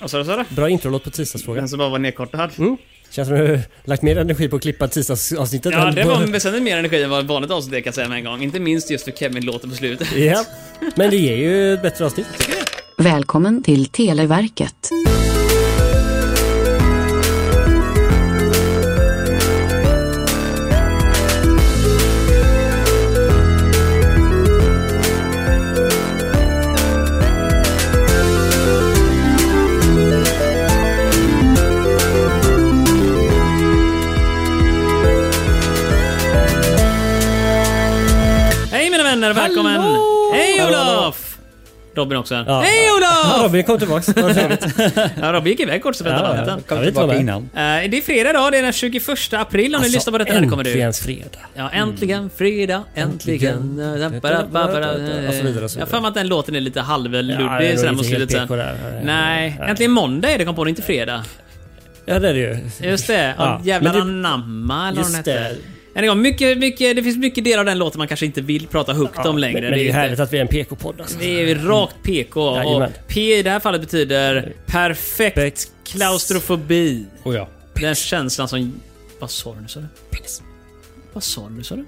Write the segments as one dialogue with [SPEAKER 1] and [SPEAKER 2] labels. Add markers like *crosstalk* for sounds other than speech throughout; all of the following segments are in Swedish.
[SPEAKER 1] Vad sa du? sa du?
[SPEAKER 2] Bra introlåt på tisdagsfrågan.
[SPEAKER 1] Den som bara var nedkortad.
[SPEAKER 2] Mm. Känns som du lagt mer energi på att klippa tisdagsavsnittet
[SPEAKER 1] Ja,
[SPEAKER 2] än
[SPEAKER 1] det
[SPEAKER 2] på...
[SPEAKER 1] var väsentligt mer energi än vad ett vanligt avsnitt är, kan jag säga med en gång. Inte minst just för Kevin låter på slutet.
[SPEAKER 2] Ja. Men det ger ju ett bättre avsnitt.
[SPEAKER 3] Välkommen till Televerket.
[SPEAKER 1] Hej mina vänner, välkommen! Hej Olof! Robin också.
[SPEAKER 2] Ja.
[SPEAKER 1] Hej
[SPEAKER 2] Ja,
[SPEAKER 1] Olof!
[SPEAKER 2] Robin kom tillbaks. Vad trevligt.
[SPEAKER 1] Ja, Robin gick iväg kort så väntade han.
[SPEAKER 2] Jag vet inte vad det är.
[SPEAKER 4] innan.
[SPEAKER 1] Eh, Det är fredag idag, det är den 21 april om ni lyssnar på detta när det kommer
[SPEAKER 2] Alltså, Äntligen
[SPEAKER 1] ut.
[SPEAKER 2] fredag.
[SPEAKER 1] Ja, äntligen fredag, äntligen...
[SPEAKER 2] Äntligen.
[SPEAKER 1] Bara, bara, bara,
[SPEAKER 2] Mm. Och så vidare, och så
[SPEAKER 1] Jag har för mig att den låten är lite halvluddig
[SPEAKER 2] Ja, det är nog
[SPEAKER 1] sådär mot
[SPEAKER 2] inte
[SPEAKER 1] slutet
[SPEAKER 2] helt
[SPEAKER 1] sen.
[SPEAKER 2] PK där.
[SPEAKER 1] Nej, äntligen måndag är det kom på, det är inte fredag.
[SPEAKER 2] Ja, det är det ju.
[SPEAKER 1] Just det.
[SPEAKER 2] Ja,
[SPEAKER 1] Ja, jävlar
[SPEAKER 2] men
[SPEAKER 1] anamma eller vad den
[SPEAKER 2] Just
[SPEAKER 1] hette.
[SPEAKER 2] det.
[SPEAKER 1] Än en gång, mycket, mycket, det finns mycket delar av den låten man kanske inte vill prata högt om längre.
[SPEAKER 2] Men, men det är ju
[SPEAKER 1] inte-
[SPEAKER 2] härligt att vi är en PK-podd alltså.
[SPEAKER 1] Det är ju rakt PK och
[SPEAKER 2] Jajamän.
[SPEAKER 1] P i det här fallet betyder perfekt klaustrofobi.
[SPEAKER 4] Oh, ja.
[SPEAKER 1] Den känslan som... Vad sa du nu sa du? Vad sa du nu sa du?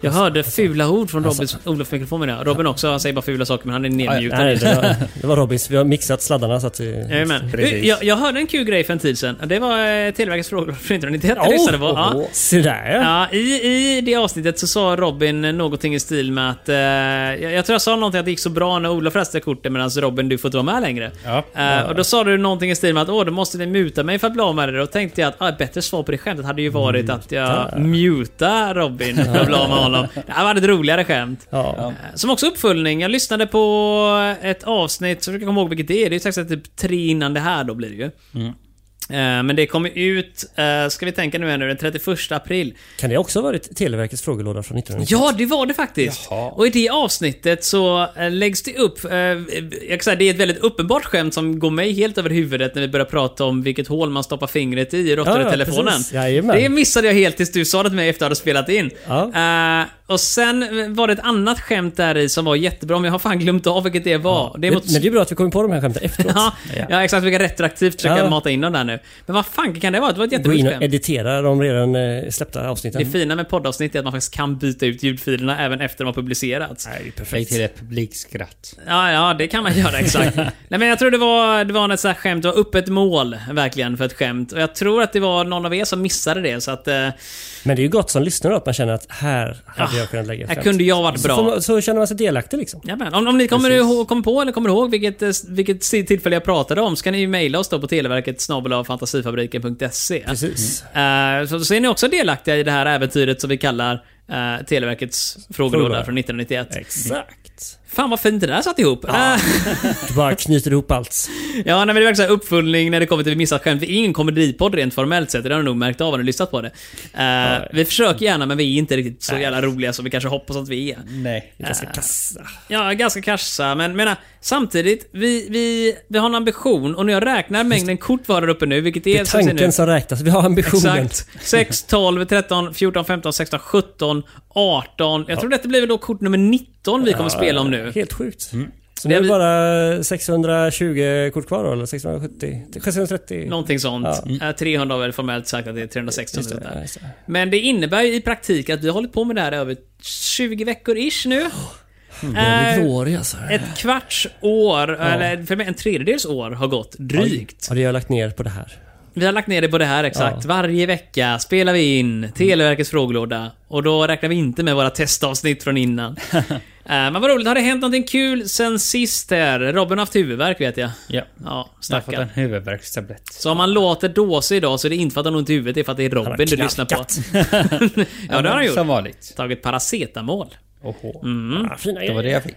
[SPEAKER 1] Jag hörde fula ord från Robins Olof mikrofon menar jag. Robin också, han säger bara fula saker men han är nedmjuten.
[SPEAKER 2] Alltså- Nej, det var, det var Robins. Vi har mixat sladdarna så att vi...
[SPEAKER 1] Jajamän.
[SPEAKER 4] Precis.
[SPEAKER 1] Jag, jag hörde en kul grej för en tid sedan. Det var eh, Televerkets frågor från 1991
[SPEAKER 2] Oh!
[SPEAKER 1] jag lyssnade på. Ja.
[SPEAKER 2] Åh, Se där ja.
[SPEAKER 1] *laughs* Ja, i, I det avsnittet så sa Robin någonting i stil med att... Eh, jag, jag tror jag sa någonting att det gick så bra när Ola fräste korten medan Robin, du får inte vara med längre.
[SPEAKER 4] Ja.
[SPEAKER 1] Eh, och då sa du någonting i stil med att åh, då måste ni muta mig för att bli av med det. Då tänkte jag att ah, ett bättre svar på det skämtet hade ju varit att jag muta Robin för att bli av med honom. Det här var ett roligare skämt.
[SPEAKER 2] Ja.
[SPEAKER 1] Eh, Som också uppföljning, jag lyssnade på ett avsnitt, så jag försöker komma ihåg vilket det är. Det är faktiskt typ tre innan det här då blir det ju. Eh, Men det kommer ut, eh, ska vi tänka nu här nu, den 31 april.
[SPEAKER 2] Kan det också ha varit Televerkets frågelåda från 1990?
[SPEAKER 1] Ja, det var det faktiskt.
[SPEAKER 4] Jaha.
[SPEAKER 1] Och i det avsnittet så eh, läggs det upp... eh, Jag kan säga, det är ett väldigt uppenbart skämt som går mig helt över huvudet när vi börjar prata om vilket hål man stoppar fingret i i routertelefonen.
[SPEAKER 2] precis. Jajamän.
[SPEAKER 1] det missade jag helt tills du sa det till mig efter att jag hade spelat in.
[SPEAKER 2] Ja.
[SPEAKER 1] Eh, och sen var det ett annat skämt där i som var jättebra, men jag har fan glömt av vilket det var. Det är
[SPEAKER 2] Men,
[SPEAKER 1] mot... *laughs*
[SPEAKER 2] men det är bra att vi kommer på de här skämten efteråt.
[SPEAKER 1] ja, ja, exakt. Vi kan retroaktivt försöka
[SPEAKER 2] Ja.
[SPEAKER 1] mata in dem där nu. Men vad fan kan det vara? Det var ett
[SPEAKER 2] Gå in
[SPEAKER 1] jätteroligt
[SPEAKER 2] och
[SPEAKER 1] skämt.
[SPEAKER 2] editera de redan eh, släppta avsnitten.
[SPEAKER 1] Det fina med poddavsnitt är att man faktiskt kan byta ut ljudfilerna även efter de har publicerats.
[SPEAKER 2] Nej, det är
[SPEAKER 4] Lägg
[SPEAKER 2] perfekt.
[SPEAKER 4] till ett publikskratt.
[SPEAKER 1] Ja, ja, det kan man göra
[SPEAKER 2] *laughs*
[SPEAKER 1] exakt. Nej, men jag tror det var, det var ett så här skämt. Det var upp ett mål verkligen för ett skämt. Och jag tror att det var någon av er som missade det. Så att, eh,
[SPEAKER 2] Men det är ju gott som lyssnare att man känner att här hade jag kunnat lägga ett
[SPEAKER 1] Ah, här
[SPEAKER 2] skämt.
[SPEAKER 1] kunde jag varit
[SPEAKER 2] Så, får
[SPEAKER 1] bra.
[SPEAKER 2] man, så känner man sig delaktig liksom.
[SPEAKER 1] Jajamän. om, om ni kommer, ihåg, kommer på eller kommer ihåg vilket, eh, vilket tillfälle jag pratade om så kan ni ju mejla oss då på televerket snabel-fantasifabriken.se.
[SPEAKER 2] Precis.
[SPEAKER 1] Eh, så, så är ni också delaktiga i det här äventyret som vi kallar eh, Televerkets frågelåda
[SPEAKER 2] Frågelåda.
[SPEAKER 1] från
[SPEAKER 2] Mm.
[SPEAKER 1] 1991.
[SPEAKER 2] Exakt.
[SPEAKER 1] Fan vad fint det där satt ihop. Eh, *laughs*
[SPEAKER 2] Du bara knyter ihop allt.
[SPEAKER 1] Ja, nej, men det är verkligen så här uppföljning när det kommer till vi missat skämt. Vi är ingen komedipodd rent formellt sett. Det har du nog märkt av när du lyssnat på det. Eh, vi försöker gärna, men vi är inte riktigt så jävla roliga som vi kanske hoppas att vi är.
[SPEAKER 4] Nej.
[SPEAKER 2] Ganska kassa.
[SPEAKER 1] Ja, ganska kassa, men menar, samtidigt, vi, vi, vi har en ambition och när jag räknar mängden kort vi har där uppe nu, vilket är...
[SPEAKER 2] Det är
[SPEAKER 1] som jag säger nu-
[SPEAKER 2] tanken som räknas. Vi har ambitionen.
[SPEAKER 1] Exakt. 6, 12, 13, 14, 15, 16, 17, 18. Jag tror detta blir väl då kort nummer 19 vi kommer spela om nu.
[SPEAKER 2] Helt sjukt. Så
[SPEAKER 1] Det
[SPEAKER 2] nu är det
[SPEAKER 1] blir-
[SPEAKER 2] bara 620 kort kvar då, eller 670? 630?
[SPEAKER 1] Någonting sånt.
[SPEAKER 2] Ja.
[SPEAKER 1] Eh, 300 har väl formellt sagt att det är 360
[SPEAKER 2] Just det,
[SPEAKER 1] och sånt där.
[SPEAKER 2] ja, just det.
[SPEAKER 1] Men det innebär ju i praktiken att vi har hållit på med det här över 20 veckor-ish nu.
[SPEAKER 4] Mm,
[SPEAKER 2] Jag blir
[SPEAKER 1] Eh,
[SPEAKER 2] grårig alltså.
[SPEAKER 1] ett kvarts år, eller för mig en tredjedels år, har gått drygt.
[SPEAKER 2] Ja, det har jag lagt ner på det här.
[SPEAKER 1] Vi har lagt ner det på det här exakt. Varje vecka spelar vi in Televerkets frågelåda. Och då räknar vi inte med våra testavsnitt från
[SPEAKER 4] *laughs*
[SPEAKER 1] innan. Eh, Men vad roligt, har det hänt någonting kul sen sist här? Robin har haft huvudvärk vet jag.
[SPEAKER 4] Ja.
[SPEAKER 1] Ja,
[SPEAKER 4] Jag har fått en
[SPEAKER 1] stackarn.
[SPEAKER 4] huvudvärkstablett.
[SPEAKER 1] Så om man låter dåsig idag så är det inte för att han har ont i huvudet, det är för att det är
[SPEAKER 2] har
[SPEAKER 1] Robin du lyssnar på. *laughs* ja, det har han gjort.
[SPEAKER 4] Som vanligt.
[SPEAKER 1] Tagit paracetamol. *laughs*
[SPEAKER 4] Oho.
[SPEAKER 2] Ah, fina
[SPEAKER 4] Det var det jag fick.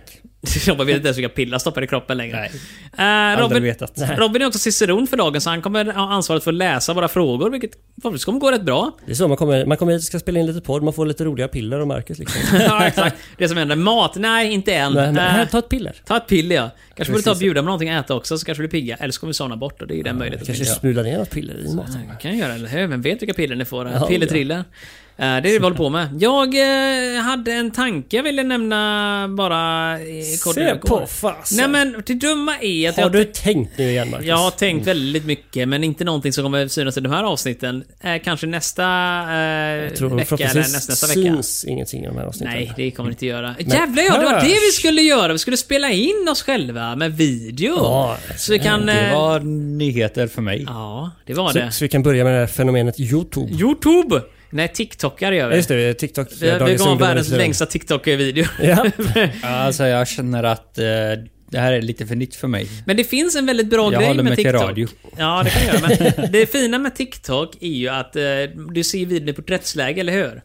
[SPEAKER 1] Robin vet inte ens vilka pillar stoppar i kroppen längre.
[SPEAKER 4] Nej.
[SPEAKER 1] Eh,
[SPEAKER 4] Aldrig
[SPEAKER 1] Robin,
[SPEAKER 4] vetat.
[SPEAKER 1] Robin är också ciceron för dagen, så han kommer ha ansvaret för att läsa våra frågor, vilket förhoppningsvis kommer gå rätt
[SPEAKER 2] *laughs*
[SPEAKER 1] bra.
[SPEAKER 2] Det är så man kommer, man kommer hit och ska spela in lite podd, man får lite roliga piller och Marcus liksom. *laughs*
[SPEAKER 1] ja, exakt. Det som händer. Mat? Nej, inte än.
[SPEAKER 2] Nej, men,
[SPEAKER 1] Eh,
[SPEAKER 2] här, ta ett piller.
[SPEAKER 1] ta ett piller ja. Kanske borde ta och bjuda med någonting att äta också, så kanske vi blir pigga. Eller så kommer vi somna bort och det är ju den möjligheten.
[SPEAKER 2] Kanske
[SPEAKER 1] finns.
[SPEAKER 2] smula ner något piller i maten.
[SPEAKER 1] Ja, det kan jag göra, eller hur? Vem vet vilka piller ni får?
[SPEAKER 2] Ja,
[SPEAKER 1] Pillertrillen. Eh, Det är det vi håller på med. Jag eh, hade en tanke jag ville nämna bara... eh, kort
[SPEAKER 2] Se
[SPEAKER 1] igår.
[SPEAKER 2] på fasen.
[SPEAKER 1] Nej men det dumma är att
[SPEAKER 2] Har
[SPEAKER 1] jag,
[SPEAKER 2] du tänkt nu igen Marcus?
[SPEAKER 1] jag har tänkt väldigt mycket men inte någonting som kommer synas i de här avsnitten. Eh, Kanske nästa eh,
[SPEAKER 2] Jag tror
[SPEAKER 1] vecka eller
[SPEAKER 2] förhoppningsvis
[SPEAKER 1] nästa, nästa vecka.
[SPEAKER 2] syns ingenting i de här avsnitten.
[SPEAKER 1] Nej, det kommer det inte göra. Jävlar ja, det var
[SPEAKER 2] hörs.
[SPEAKER 1] det vi skulle göra. Vi skulle spela in oss själva med video.
[SPEAKER 2] Ja,
[SPEAKER 1] så vi kan...
[SPEAKER 4] Det
[SPEAKER 1] eh,
[SPEAKER 4] var nyheter för mig.
[SPEAKER 1] Ja, det var
[SPEAKER 2] Så,
[SPEAKER 1] det.
[SPEAKER 2] så vi kan börja med det här fenomenet YouTube.
[SPEAKER 1] Youtube! Nej, TikTokar gör
[SPEAKER 2] Ja,
[SPEAKER 1] vi.
[SPEAKER 2] just det, TikTok.
[SPEAKER 1] Vi har
[SPEAKER 2] Dagens
[SPEAKER 1] vi har
[SPEAKER 2] ungdom är
[SPEAKER 1] världens
[SPEAKER 2] lite-
[SPEAKER 1] längsta TikTok-video. *laughs*
[SPEAKER 2] Ja.
[SPEAKER 4] Alltså jag känner att eh, det här är lite för nytt för mig.
[SPEAKER 1] Men det finns en väldigt bra
[SPEAKER 4] Jag
[SPEAKER 1] grej
[SPEAKER 4] håller
[SPEAKER 1] med
[SPEAKER 4] mig till
[SPEAKER 1] TikTok.
[SPEAKER 4] radio.
[SPEAKER 1] Ja, det kan jag göra. Men det fina med TikTok är ju att eh, du ser videon i porträttsläge, eller hur?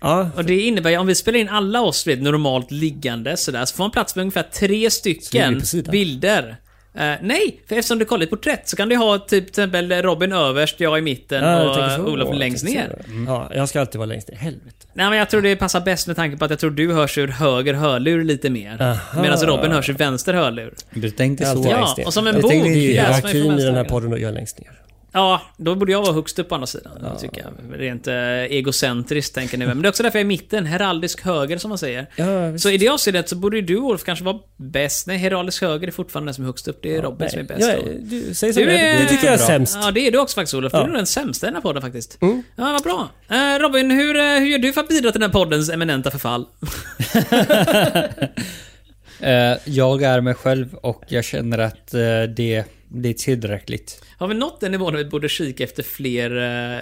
[SPEAKER 2] ja.
[SPEAKER 1] Och det innebär ju, om vi spelar in alla oss vet, normalt liggande sådär, så får man plats med ungefär tre
[SPEAKER 2] ligger vi
[SPEAKER 1] stycken
[SPEAKER 2] på sidan.
[SPEAKER 1] bilder. Eh, nej, för eftersom du kollar ett porträtt så kan du ha typ till exempel Robin överst, jag i mitten
[SPEAKER 2] Ja, jag
[SPEAKER 1] och
[SPEAKER 2] tänker
[SPEAKER 1] eh,
[SPEAKER 2] så.
[SPEAKER 1] Olof
[SPEAKER 2] Jag
[SPEAKER 1] längst
[SPEAKER 2] tänker
[SPEAKER 1] ner.
[SPEAKER 2] så. Ja, jag ska alltid vara längst ner. Helvete.
[SPEAKER 1] Nej men jag tror det passar bäst med tanke på att jag tror du hörs ur höger hörlur lite mer.
[SPEAKER 2] Aha.
[SPEAKER 1] Medan Robin hörs ur vänster hörlur.
[SPEAKER 4] Du tänkte så.
[SPEAKER 2] Alltid
[SPEAKER 1] Ja,
[SPEAKER 2] längst ner.
[SPEAKER 1] och som en
[SPEAKER 2] jag
[SPEAKER 1] bok.
[SPEAKER 2] tänkte
[SPEAKER 1] Läs mig
[SPEAKER 2] Det
[SPEAKER 1] från
[SPEAKER 2] är hierarkin i den här
[SPEAKER 1] vänster.
[SPEAKER 2] podden och jag är längst ner.
[SPEAKER 1] Ja, då borde jag vara högst upp på andra sidan. Tycker jag. Rent eh, egocentriskt tänker ni. Men det är också därför jag är i mitten. Heraldisk höger som man säger.
[SPEAKER 2] Ja, visst.
[SPEAKER 1] så i det avseendet så borde ju du Wolf kanske vara bäst. Nej, heraldisk höger är fortfarande den som är högst upp. Det är Robin som är bäst.
[SPEAKER 2] Ja,
[SPEAKER 1] då.
[SPEAKER 2] du, säg som det är. Det tycker jag är
[SPEAKER 1] bra.
[SPEAKER 2] sämst. Mm.
[SPEAKER 1] Ja, det är du också faktiskt Olof. Du är nog den sämsta i den här podden faktiskt. Ja, vad bra. Eh, Robin, hur, eh, hur gör du för att bidra till den här poddens eminenta förfall?
[SPEAKER 4] Eh, jag är mig själv och jag känner att eh, det, det är tillräckligt.
[SPEAKER 1] Har vi nått den nivån där vi borde kika efter fler eh,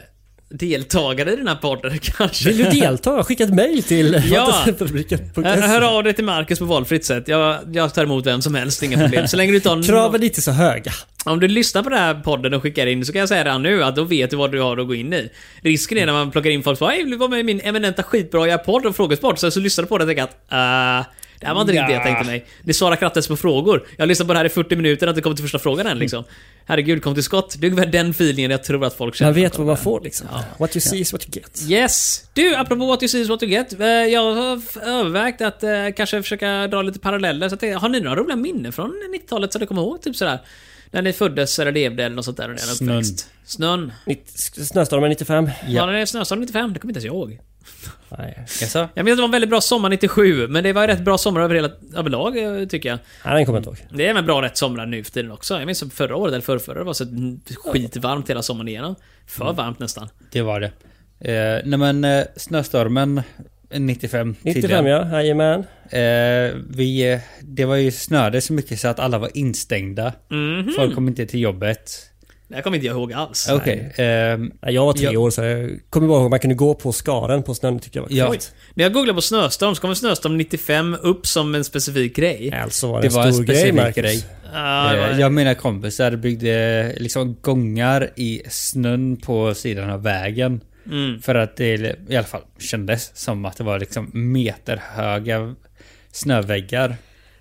[SPEAKER 1] deltagare i den här podden *laughs* kanske?
[SPEAKER 2] Vill du delta? Skicka ett mejl till
[SPEAKER 1] Ja.
[SPEAKER 2] fantasyfabriken.se.
[SPEAKER 1] Eh, Hör, hör av dig till Marcus på valfritt sätt. Jag, jag tar emot vem som helst, inga problem. Så länge du tar
[SPEAKER 2] Kraven är inte så höga.
[SPEAKER 1] Om du lyssnar på den här podden och skickar in så kan jag säga redan nu att då vet du vad du har att gå in i. Risken är när man plockar in folk som bara, "Hej, vill du vara med i min eminenta skitbra podd om frågesport? Sen så lyssnar du på den och tänker att "Ah, det här var inte riktigt det jag tänkte mig. Det svarar Krattes på frågor. Jag lyssnar på det här i 40 minuter och inte kommit till första frågan än liksom. Herregud, kom till skott. Det är ungefär den feelingen jag tror att folk känner.
[SPEAKER 2] Man vet vad man får liksom. What you see is what you get.
[SPEAKER 1] Yes! Du, apropå what you see is what you get. eh, Jag har f- övervägt att eh, kanske försöka dra lite paralleller. Så att, det- har ni några roliga minnen från 90-talet som ni kommer ihåg? Typ sådär. När ni föddes eller levde eller något sånt där. Under er
[SPEAKER 4] Snön.
[SPEAKER 1] uppväxt. Snön.
[SPEAKER 2] Nitt- Snöstormen 95?
[SPEAKER 1] Ja. Var det snöstorm 95? Det kommer inte ens jag ihåg.
[SPEAKER 2] Nej.
[SPEAKER 4] Jaså?
[SPEAKER 1] Jag minns att det var en väldigt bra sommar 97, men det var ju rätt bra sommar över hela, överlag eh, tycker jag.
[SPEAKER 2] Nej, den kommer jag inte ihåg.
[SPEAKER 1] Det är även bra rätt somrar nu för tiden också. Jag minns som förra året eller förrförra det var så skitvarmt hela sommaren igenom. För varmt nästan.
[SPEAKER 4] Det var det. Eh, nej men eh, snöstormen 95
[SPEAKER 2] 95 ja, jajamän.
[SPEAKER 4] Eh, vi, eh, det var ju snöde så mycket så att alla var instängda.
[SPEAKER 1] Mm.
[SPEAKER 4] Folk kom inte till jobbet.
[SPEAKER 1] Det här kommer inte jag ihåg alls.
[SPEAKER 4] Okej. ehm,
[SPEAKER 2] Nej, Jag var tre
[SPEAKER 4] Ja.
[SPEAKER 2] år så jag kommer bara ihåg att man kunde gå på skaren på snön tycker jag var
[SPEAKER 4] Ja.
[SPEAKER 2] coolt.
[SPEAKER 1] När jag googlar på snöstorm så kommer snöstorm 95 upp som en specifik grej. Ah,
[SPEAKER 2] Alltså var det,
[SPEAKER 4] det var en
[SPEAKER 2] en stor grej,
[SPEAKER 4] specifik
[SPEAKER 2] Marcus.
[SPEAKER 4] grej.
[SPEAKER 1] Ja, det var-
[SPEAKER 4] Eh, Jag och mina kompisar byggde eh, liksom gångar i snön på sidan av vägen.
[SPEAKER 1] Mm.
[SPEAKER 4] För att det i alla fall kändes som att det var liksom meterhöga snöväggar.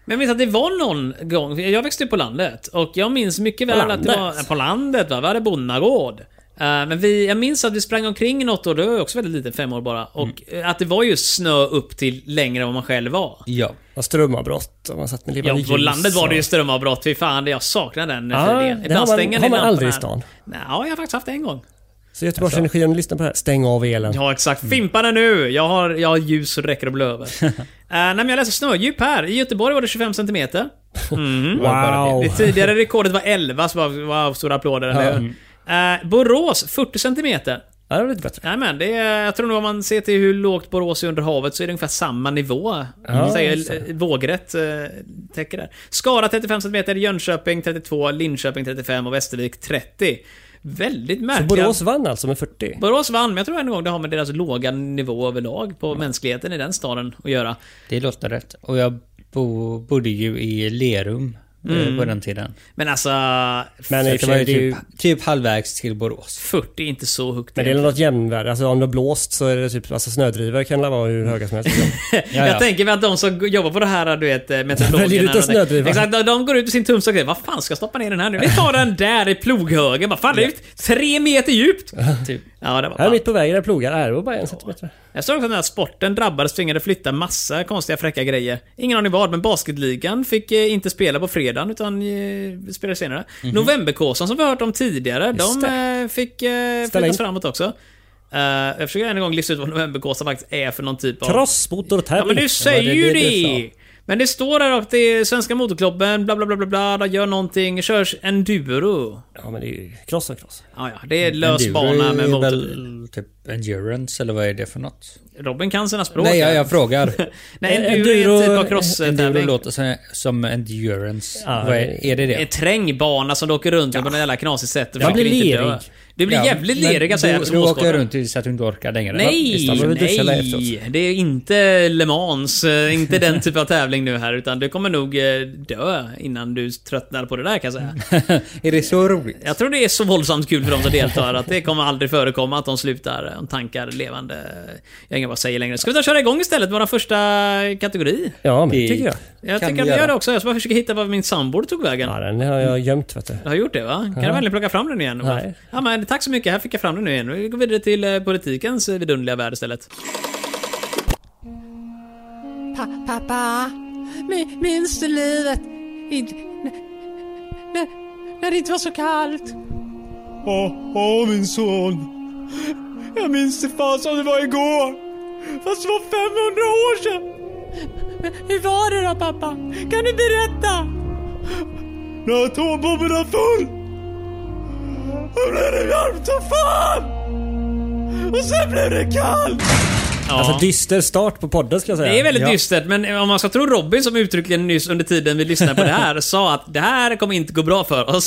[SPEAKER 1] Men jag minns att det var någon gång, för jag växte upp på landet och jag minns mycket
[SPEAKER 2] På
[SPEAKER 1] väl att det var
[SPEAKER 2] landet?
[SPEAKER 1] Ja, på landet. Va? Vi hade bonnagård. Eh, men vi, jag minns att vi sprang omkring i något år, då var jag också väldigt liten, fem år bara. Och
[SPEAKER 2] Mm.
[SPEAKER 1] eh, att det var just snö upp till längre än vad man själv var.
[SPEAKER 4] Ja.
[SPEAKER 2] Och strömavbrott och man satt med
[SPEAKER 1] Ja,
[SPEAKER 2] levande
[SPEAKER 1] på
[SPEAKER 2] ljus
[SPEAKER 1] landet var det ju
[SPEAKER 2] och-
[SPEAKER 1] strömavbrott. Fy fan, det jag saknar den
[SPEAKER 2] Ja,
[SPEAKER 1] ah,
[SPEAKER 2] det har man- har man aldrig i stan.
[SPEAKER 1] Nej, ja, jag har faktiskt haft det en gång.
[SPEAKER 2] Så Göteborgs Energi, om ni lyssnar på det här, stäng av elen.
[SPEAKER 1] Alltså. Ja, exakt. Fimpa den nu! Jag har, jag har ljus så det räcker att blö över.
[SPEAKER 2] *laughs*
[SPEAKER 1] Eh, nej, men jag läser snödjup här. I Göteborg var det 25 cm.
[SPEAKER 2] Wow!
[SPEAKER 1] Det tidigare rekordet var 11, så var, wow, stora applåder. Eller? hur? Eh, Borås, 40 cm.
[SPEAKER 2] Ja, det var lite bättre.
[SPEAKER 1] Jajamän, det är, jag tror nog om man ser till hur lågt Borås är under havet så är det ungefär samma nivå.
[SPEAKER 2] Ja, just
[SPEAKER 1] säger, eh, vågrätt eh, täcker där. Skara 35 cm, Jönköping 32, Linköping 35 och Västervik 30. Väldigt
[SPEAKER 2] Så
[SPEAKER 1] märkliga...
[SPEAKER 2] Borås vann alltså med 40?
[SPEAKER 1] Borås vann, men jag tror ändå det har med deras låga nivå överlag på mänskligheten i den staden att göra.
[SPEAKER 4] Det låter rätt. Och jag bo, bodde ju i Lerum eh,
[SPEAKER 1] Mm.
[SPEAKER 4] på den tiden.
[SPEAKER 1] Men alltså...
[SPEAKER 2] Men i och
[SPEAKER 4] det
[SPEAKER 2] för
[SPEAKER 4] var
[SPEAKER 2] sig,
[SPEAKER 4] ju
[SPEAKER 2] det är ju...
[SPEAKER 4] typ, typ halvvägs till Borås.
[SPEAKER 1] 40 är inte så högt.
[SPEAKER 2] Men det är något jämnvärde. Alltså om det har blåst så är det typ, alltså snödrivor kan vara hur höga som helst.
[SPEAKER 1] *laughs*
[SPEAKER 4] Ja,
[SPEAKER 1] Jag
[SPEAKER 4] ja.
[SPEAKER 1] tänker mig att de som jobbar på det här, du vet, eh,
[SPEAKER 2] *laughs* Väljer
[SPEAKER 1] meteorologerna...
[SPEAKER 2] ut en
[SPEAKER 1] och de-
[SPEAKER 2] snödriva.
[SPEAKER 1] Exakt, de- de går ut i sin tumstock och säger Vad fan ska jag stoppa ner den här nu? Vi tar den där i ploghögen. Vad fan, det är ju tre meter djupt!
[SPEAKER 4] Typ.
[SPEAKER 1] Ja, det var
[SPEAKER 2] här
[SPEAKER 1] fan.
[SPEAKER 2] mitt på vägen där plogar är det var bara en centimeter.
[SPEAKER 1] Jag såg också att den här sporten drabbades tvingade flytta massa konstiga fräcka grejer. Ingen aning vad, men basketligan fick eh, inte spela på fredagen utan eh, spelade
[SPEAKER 4] Mhm.
[SPEAKER 1] senare. Novemberkåsan som vi har hört om tidigare, de eh, fick eh, flyttas
[SPEAKER 2] in.
[SPEAKER 1] framåt också. Eh, jag försöker än en gång lista ut vad novembergåsa faktiskt är för någon typ av...
[SPEAKER 2] Crossmotortävling.
[SPEAKER 1] Ja men du säger
[SPEAKER 2] Vad
[SPEAKER 1] ju
[SPEAKER 2] är
[SPEAKER 1] det! Men det står där och det är Svenska Motorklubben, bla bla bla bla bla, de gör någonting, körs enduro.
[SPEAKER 2] Ja, men det är ju cross och cross.
[SPEAKER 1] Ja, ja, det är lös
[SPEAKER 4] Mm, Enduro
[SPEAKER 1] bana med
[SPEAKER 4] är
[SPEAKER 1] motor.
[SPEAKER 4] väl typ endurance eller vad är det för något?
[SPEAKER 1] Robin kan sina språk.
[SPEAKER 4] Nej, jag,
[SPEAKER 1] här. *laughs*
[SPEAKER 4] jag frågar.
[SPEAKER 1] Nej,
[SPEAKER 2] Eh,
[SPEAKER 1] enduro är en typ av
[SPEAKER 2] enduro-
[SPEAKER 4] enduro
[SPEAKER 1] cross-tävling.
[SPEAKER 4] låter som, som endurance.
[SPEAKER 2] Ja,
[SPEAKER 4] vad är, är det
[SPEAKER 1] En
[SPEAKER 4] det?
[SPEAKER 1] terrängbana som du åker runt med på något jävla knasigt sätt. och
[SPEAKER 2] Man
[SPEAKER 1] försöker
[SPEAKER 2] blir
[SPEAKER 1] inte dö.
[SPEAKER 2] lerig.
[SPEAKER 1] Du blir jävligt
[SPEAKER 4] men
[SPEAKER 1] lerig alltså,
[SPEAKER 4] Du,
[SPEAKER 1] även som
[SPEAKER 4] du åker
[SPEAKER 1] åskådare.
[SPEAKER 4] runt tills att du inte orkar längre.
[SPEAKER 1] Nej,
[SPEAKER 4] Va? Visst,
[SPEAKER 2] behöver duscha där
[SPEAKER 1] nej!
[SPEAKER 2] efteråt.
[SPEAKER 1] Det är inte Le Mans, eh, inte den typen av tävling nu här, utan du kommer nog eh, dö innan du tröttnar på det där kan jag
[SPEAKER 4] Mm.
[SPEAKER 1] säga.
[SPEAKER 4] *laughs* Är det så roligt?
[SPEAKER 1] Jag tror det är så våldsamt kul för de som deltar att det kommer aldrig förekomma att de slutar, eh, de tankar levande. Jag har inget vad jag säger längre. Ska vi ta och köra igång istället, vår första kategori?
[SPEAKER 2] Ja, men
[SPEAKER 4] Det-
[SPEAKER 2] det tycker jag.
[SPEAKER 1] Jag
[SPEAKER 4] Kan
[SPEAKER 1] tycker
[SPEAKER 4] vi
[SPEAKER 1] att vi gör
[SPEAKER 4] göra.
[SPEAKER 1] det också. Jag ska bara försöka hitta var min sambo tog vägen.
[SPEAKER 2] Ja, den har jag gömt vet du.
[SPEAKER 1] Du har gjort det va? Kan du väl plocka fram den igen?
[SPEAKER 2] Nej.
[SPEAKER 1] Ja, men, tack så mycket, här fick jag fram den nu igen. Vi går vidare till eh, politikens eh, vidunderliga värld istället.
[SPEAKER 5] Pa pappa, mi- minns du livet? Inte, när, när det inte var så kallt?
[SPEAKER 6] Åh, åh min son. Jag minns det fan som det var igår. Fast det var 500 år sedan.
[SPEAKER 5] Men hur var det då pappa? Kan du berätta?
[SPEAKER 6] När atombomben var full. Då blev det varmt som fan. Och sen blev det kallt.
[SPEAKER 1] Ja.
[SPEAKER 2] Alltså dyster start på podden ska jag säga.
[SPEAKER 1] det är väldigt
[SPEAKER 2] ja.
[SPEAKER 1] dystert, men om man ska tro Robin som uttryckligen nyss under tiden vi lyssnade på det här
[SPEAKER 2] *laughs*
[SPEAKER 1] sa att det här kommer inte gå bra för oss.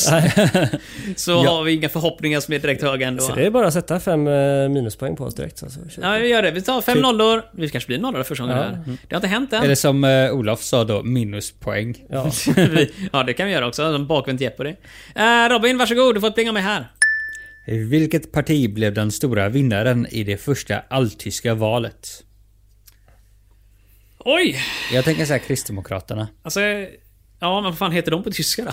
[SPEAKER 1] så har vi inga förhoppningar som är direkt höga ändå.
[SPEAKER 2] Så det är bara att sätta fem eh, minuspoäng på oss direkt. Alltså.
[SPEAKER 1] Ja, vi gör det. Vi tar fem
[SPEAKER 2] Typ.
[SPEAKER 1] nollor. Vi kanske blir nollor första gången här. Det har inte hänt än.
[SPEAKER 4] Eller som eh, Olof sa då, minuspoäng.
[SPEAKER 2] Ja.
[SPEAKER 1] *laughs* Vi- ja, det kan vi göra också. En bakvänt Jeopardy. Uh, Robin, varsågod. Du får ett pling av mig här.
[SPEAKER 4] Vilket parti blev den stora vinnaren i det första alltyska valet?
[SPEAKER 1] Oj!
[SPEAKER 4] Jag tänker säga Kristdemokraterna.
[SPEAKER 1] Alltså... Ja, men vad fan heter de på tyska då?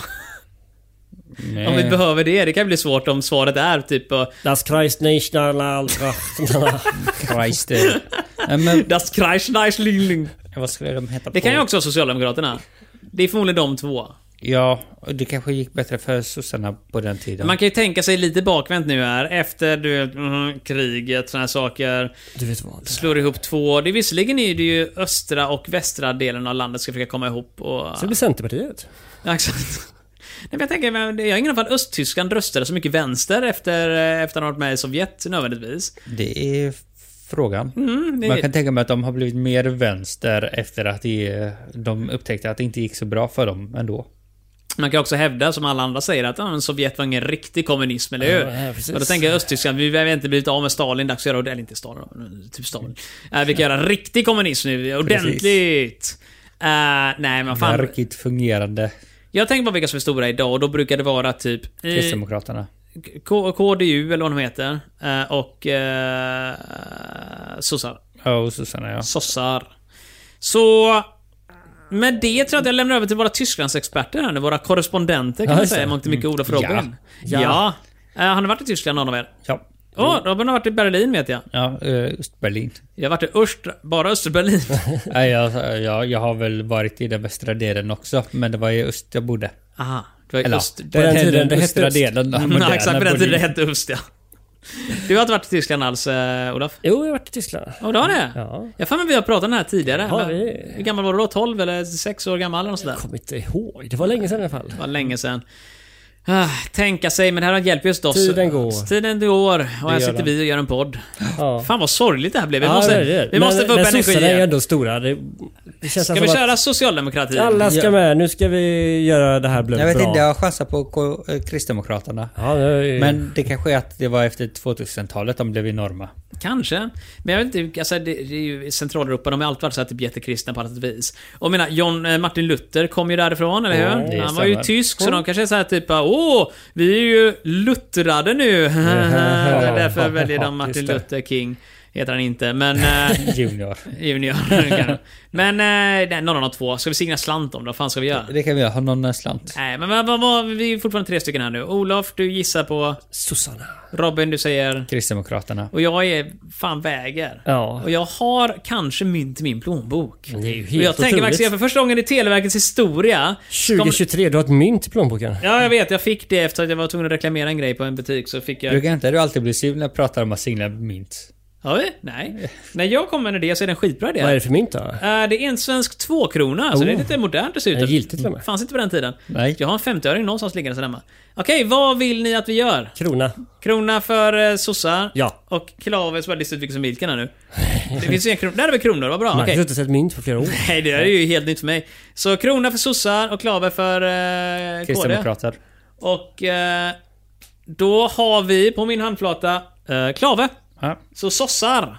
[SPEAKER 4] Nej.
[SPEAKER 1] Om vi behöver det. Det kan bli svårt om svaret är typ eh,
[SPEAKER 2] Das Kreis Nationalkraft.
[SPEAKER 4] Christ. eh.
[SPEAKER 1] *laughs*
[SPEAKER 4] Nej, men,
[SPEAKER 1] Das Kreis Nice Lilling.
[SPEAKER 4] vad skulle de heta?
[SPEAKER 1] Det kan
[SPEAKER 4] på?
[SPEAKER 1] ju också vara Socialdemokraterna. Det är förmodligen de två.
[SPEAKER 4] Ja, och det kanske gick bättre för sossarna på den tiden.
[SPEAKER 1] Man kan ju tänka sig lite bakvänt nu här. Efter du vet, mhm, kriget, såna här saker.
[SPEAKER 2] Du vet vad.
[SPEAKER 1] Slår ihop två. Det är visserligen är det ju östra och västra delen av landet ska försöka komma ihop och...
[SPEAKER 2] Så det blir Centerpartiet.
[SPEAKER 1] Ja, exakt. Nej, men jag tänker, men jag har ingen aning om att Östtyskland röstade så mycket vänster efter, eh, efter att ha varit med i Sovjet nödvändigtvis.
[SPEAKER 4] Det är frågan.
[SPEAKER 1] Mm, det-
[SPEAKER 4] Man kan tänka mig att de har blivit mer vänster efter att det, de upptäckte att det inte gick så bra för dem ändå.
[SPEAKER 1] Man kan också hävda, som alla andra säger, att ah, men Sovjet var ingen riktig kommunism, eller hur?
[SPEAKER 2] ja, precis.
[SPEAKER 1] och då tänker jag Östtyskland, vi har inte blivit av med Stalin, dags att göra ordentligt. Eller inte Stalin, men typ Stalin. Eh, vi kan göra riktig kommunism nu, ordentligt! Eh, nej men fan.
[SPEAKER 4] Verkligt fungerande
[SPEAKER 1] Jag tänker på vilka som är stora idag och då brukar det vara typ... eh,
[SPEAKER 4] Kristdemokraterna.
[SPEAKER 1] K- KDU, eller vad de heter. eh, och... Eh, sossar.
[SPEAKER 4] Ja, och sossarna ja.
[SPEAKER 1] Sossar. Så... Med det tror jag att jag lämnar över till våra Tysklandsexperter här nu. Våra korrespondenter kan
[SPEAKER 2] Ja,
[SPEAKER 1] man
[SPEAKER 2] just
[SPEAKER 1] säga.
[SPEAKER 2] det.
[SPEAKER 1] Mångt och mycket Olof
[SPEAKER 4] Ja.
[SPEAKER 1] Robin. Ja.
[SPEAKER 2] Ja. Mm.
[SPEAKER 1] Eh, har ni varit i Tyskland någon av er?
[SPEAKER 4] Ja,
[SPEAKER 1] Åh, Robin har varit i Berlin vet jag.
[SPEAKER 4] ja eh,
[SPEAKER 1] *laughs*
[SPEAKER 4] Östberlin.
[SPEAKER 1] Jag har varit i Öst, bara Österberlin.
[SPEAKER 2] *laughs*
[SPEAKER 4] Nej, jag, jag, jag har väl varit i den västra delen också, men det var i öst jag bodde.
[SPEAKER 1] Aha, det var i
[SPEAKER 4] Eller,
[SPEAKER 1] Öst...
[SPEAKER 4] den, den
[SPEAKER 2] tiden
[SPEAKER 4] tiden
[SPEAKER 2] det
[SPEAKER 4] den
[SPEAKER 2] hette
[SPEAKER 4] östra
[SPEAKER 2] öst.
[SPEAKER 4] delen
[SPEAKER 1] *laughs*
[SPEAKER 4] av
[SPEAKER 1] Ja,
[SPEAKER 4] moderna
[SPEAKER 1] exakt, på den tiden det
[SPEAKER 4] Berlin.
[SPEAKER 1] hette Öst ja. Du har inte varit i Tyskland alls, eh, Olof?
[SPEAKER 2] Jo, jag har varit i Tyskland.
[SPEAKER 1] Ja, det har det?
[SPEAKER 2] Ja.
[SPEAKER 1] Jag har för mig vi har pratat om det här tidigare.
[SPEAKER 2] Har
[SPEAKER 1] Men-
[SPEAKER 2] vi?
[SPEAKER 1] Hur gammal var du då? 12 eller 6 år gammal? Eller något sådär.
[SPEAKER 2] Kommer inte ihåg. Det var länge sedan i alla fall.
[SPEAKER 1] Det var länge sedan. Ah, tänka sig, men det här hjälper just oss.
[SPEAKER 2] Tiden går.
[SPEAKER 1] Tiden går och här
[SPEAKER 4] gör
[SPEAKER 1] sitter
[SPEAKER 4] den.
[SPEAKER 1] vi och gör en podd.
[SPEAKER 2] Ja.
[SPEAKER 1] Fan vad sorgligt det här blev. Vi
[SPEAKER 2] Ja,
[SPEAKER 1] måste,
[SPEAKER 2] det är det.
[SPEAKER 1] Vi måste
[SPEAKER 2] men,
[SPEAKER 1] få upp
[SPEAKER 2] men
[SPEAKER 1] energi
[SPEAKER 2] sossarna är ju
[SPEAKER 1] igen.
[SPEAKER 2] ändå stora. Det, det känns
[SPEAKER 1] Ska
[SPEAKER 2] som
[SPEAKER 1] vi
[SPEAKER 2] att
[SPEAKER 1] köra socialdemokrati?
[SPEAKER 2] Alla ska
[SPEAKER 4] Ja.
[SPEAKER 2] med. Nu ska vi göra det här bli
[SPEAKER 4] Jag
[SPEAKER 2] bra.
[SPEAKER 4] vet inte, jag chansar på K- eh, Kristdemokraterna.
[SPEAKER 2] Ja, det är ju...
[SPEAKER 4] Men det kanske är att det var efter 2000-talet de blev enorma.
[SPEAKER 1] *laughs* Kanske. Men jag vet inte, alltså, det, det är ju i Centraleuropa, de har alltid varit så här typ jättekristna på allt vis. Och jag menar, John, eh, Martin Luther kom ju därifrån, eller hur?
[SPEAKER 4] det
[SPEAKER 1] Han var ju
[SPEAKER 4] stämmer.
[SPEAKER 1] tysk, så de kanske är så här typ Åh,
[SPEAKER 2] *laughs*
[SPEAKER 1] vi är ju luttrade nu. Det är Därför väljer de Martin
[SPEAKER 2] Just det.
[SPEAKER 1] Luther King. heter han inte, men... eh,
[SPEAKER 2] *laughs*
[SPEAKER 4] Junior.
[SPEAKER 1] junior. *laughs* men eh, nej, någon av de två. Ska vi signa slant om då? Vad fan ska vi göra?
[SPEAKER 4] Det kan vi göra. Har någon en slant?
[SPEAKER 1] Nej, men vad, vad, vad, vi är fortfarande tre stycken här nu. Olof, du gissar på...
[SPEAKER 2] Susanna.
[SPEAKER 1] Robin, du säger...
[SPEAKER 4] Kristdemokraterna.
[SPEAKER 1] Och jag är fan väger.
[SPEAKER 2] Ja.
[SPEAKER 1] Och jag har kanske mynt i min plånbok.
[SPEAKER 2] Det är ju helt
[SPEAKER 1] Och jag tänker
[SPEAKER 2] otroligt.
[SPEAKER 1] faktiskt, för första gången i Televerkets historia... så kom-
[SPEAKER 2] 2023, du har ett mynt i plånboken.
[SPEAKER 1] Ja, jag vet. Jag fick det efter att jag var tvungen att reklamera en grej på en butik. Så fick jag...
[SPEAKER 4] Brukar inte du alltid bli sur när jag pratar om att signa mynt?
[SPEAKER 1] Har vi? Nej. När jag kommer med det så är det en skitbra idé.
[SPEAKER 2] Vad är det för mynt då?
[SPEAKER 1] Eh, det är en svensk tvåkrona, så det är lite modernt dessutom.
[SPEAKER 2] Är Oh. det giltigt till och med?
[SPEAKER 1] Fanns inte på den tiden.
[SPEAKER 4] Nej.
[SPEAKER 1] Jag har en 50-öring någonstans liggande där hemma. Okej, vad vill ni att vi gör?
[SPEAKER 2] Krona.
[SPEAKER 1] Krona för eh, sossar.
[SPEAKER 2] Ja.
[SPEAKER 1] Och Klaves var listat vilken som vilken här nu. Det finns ju en krona. Där är väl kronor, vad bra.
[SPEAKER 2] Marcus
[SPEAKER 1] Okej.
[SPEAKER 2] har inte sett mynt på flera år.
[SPEAKER 1] Nej, det är ju helt nytt för mig. Så krona för sossar och klave för eh, KD.
[SPEAKER 4] Kristdemokrater.
[SPEAKER 1] Och eh, då har vi på min handflata eh, klave.
[SPEAKER 4] Ja.
[SPEAKER 1] Så sossar.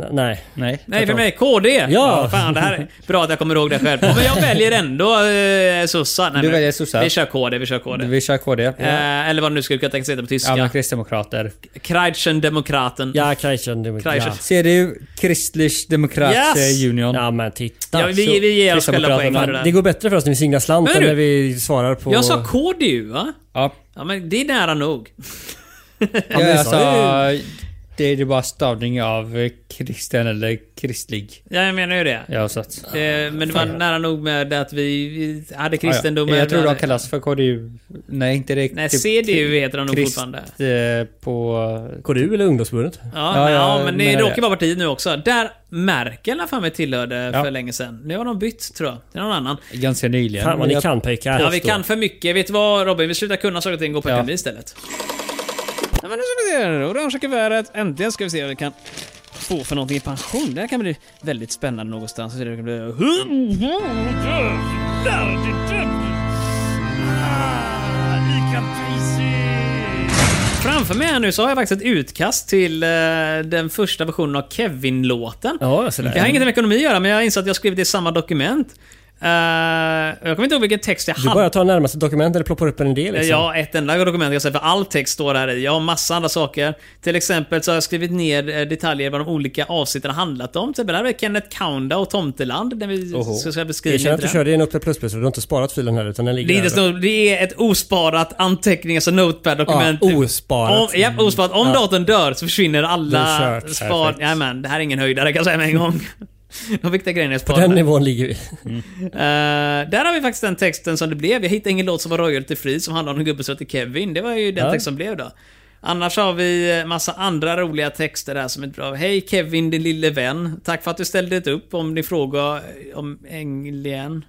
[SPEAKER 2] N- Nej.
[SPEAKER 4] Nej.
[SPEAKER 1] Nej, för mig KD. Ja. Fan, det här är bra att jag kommer ihåg det själv. Men jag väljer ändå eh, sossar. Nej,
[SPEAKER 4] Du
[SPEAKER 1] men
[SPEAKER 4] väljer sossar.
[SPEAKER 1] Vi kör KD, vi kör KD.
[SPEAKER 4] Vi kör KD.
[SPEAKER 1] Eh, eller vad det nu skulle kunna tänkas heta på
[SPEAKER 4] Ja, men
[SPEAKER 1] tyska.
[SPEAKER 4] Kristdemokrater.
[SPEAKER 1] Kreischen Demokraten.
[SPEAKER 2] Ja, Kreischen. det-
[SPEAKER 1] Kreischen.
[SPEAKER 4] Ser du Kristlich Demokrat
[SPEAKER 1] Yes!
[SPEAKER 4] eh, Union?
[SPEAKER 2] Ja. ja, men titta.
[SPEAKER 1] Ja, vi,
[SPEAKER 2] så-
[SPEAKER 1] vi ger oss själva poäng
[SPEAKER 4] Kristdemokraterna.
[SPEAKER 1] för det
[SPEAKER 2] Fan, det
[SPEAKER 1] där.
[SPEAKER 2] går bättre för oss när vi singlar slant
[SPEAKER 1] Men
[SPEAKER 2] än
[SPEAKER 1] du-
[SPEAKER 2] när vi svarar på...
[SPEAKER 1] Jag sa KDU, va?
[SPEAKER 4] Ja.
[SPEAKER 1] Ja, men det är nära nog.
[SPEAKER 4] Ja,
[SPEAKER 2] det
[SPEAKER 4] alltså,
[SPEAKER 2] sa
[SPEAKER 4] det är ju bara stavning av eh, kristen eller kristlig.
[SPEAKER 1] Ja, jag menar ju det.
[SPEAKER 4] Ja, så att, ja,
[SPEAKER 1] Eh, Men det var nära nog med att vi vi hade
[SPEAKER 4] ja.
[SPEAKER 1] kristendomen.
[SPEAKER 4] Jag tror
[SPEAKER 1] vi
[SPEAKER 4] de
[SPEAKER 1] hade-
[SPEAKER 4] kallas för KDU. Nej, inte det. Typ-
[SPEAKER 1] Nej, CDU heter de nog
[SPEAKER 4] krist,
[SPEAKER 1] fortfarande.
[SPEAKER 4] eh, på
[SPEAKER 2] KDU eller ungdomsförbundet?
[SPEAKER 1] Ja,
[SPEAKER 4] Ja,
[SPEAKER 1] ja,
[SPEAKER 4] jag
[SPEAKER 1] men det
[SPEAKER 4] menar
[SPEAKER 1] råkar
[SPEAKER 4] det.
[SPEAKER 1] vara partiet nu också. Där Merkel har för mig tillhörde
[SPEAKER 4] Ja.
[SPEAKER 1] för länge sedan. Nu har de bytt, tror jag. Det är någon annan.
[SPEAKER 4] eh, ganska nyligen.
[SPEAKER 2] Fan vad ni
[SPEAKER 4] Jag-
[SPEAKER 2] kan peka.
[SPEAKER 1] Ja, vi kan för mycket. Vet du vad Robin? Vi slutar kunna saker och ting. Gå på
[SPEAKER 4] Ja.
[SPEAKER 1] ekonomi istället. Ja, men nu ska vi se. här. Orangea kuvertet. Äntligen ska vi se vad vi kan få för någonting i pension. Det här kan bli väldigt spännande någonstans. Så det kan bli... Framför mig här nu så har jag faktiskt ett utkast till eh, den första versionen av Kevin-låten.
[SPEAKER 2] Ja, sådär.
[SPEAKER 1] Jag har inget med ekonomi att göra, men jag insåg att jag skrev det i samma dokument. Eh, jag kommer inte ihåg vilken text jag
[SPEAKER 2] Du
[SPEAKER 1] hade.
[SPEAKER 2] bara tar närmaste dokument eller ploppar upp en idé liksom.
[SPEAKER 1] Ja, ett enda dokument jag säger, för all text står här i. Jag har massa andra saker. Till exempel så har jag skrivit ner eh, detaljer vad de olika avsnitten har handlat om. Till exempel här är Kenneth Kaunda och Tomteland, när vi
[SPEAKER 4] Oho.
[SPEAKER 1] ska, ska beskriva
[SPEAKER 2] Erkänn att
[SPEAKER 1] det.
[SPEAKER 2] du körde i en Opel plus plus och du har inte sparat filen här utan den ligger
[SPEAKER 1] Det är, inte
[SPEAKER 2] där.
[SPEAKER 1] så, det är ett osparat anteckning, alltså notepad-dokument.
[SPEAKER 2] Ja, Ah, osparat.
[SPEAKER 1] Om, ja, osparat. Om datorn dör så försvinner
[SPEAKER 2] Det
[SPEAKER 1] alla
[SPEAKER 2] är kört.
[SPEAKER 1] spar...
[SPEAKER 2] Perfekt.
[SPEAKER 1] Jajamän, det här är ingen höjdare kan jag säga med en gång. *laughs* De viktiga grejerna är
[SPEAKER 2] På
[SPEAKER 1] sparade.
[SPEAKER 2] den nivån ligger vi. *laughs*
[SPEAKER 1] Eh, där har vi faktiskt den texten som det blev. Jag hittade ingen låt som var royalty-free som handlade om en gubbe som hette Kevin. Det var ju den
[SPEAKER 2] Ja.
[SPEAKER 1] text som blev då. Annars har vi eh, massa andra roliga texter här som är bra. Hej Kevin din lille vän. Tack för att du ställde det upp om din fråga eh, om Englien.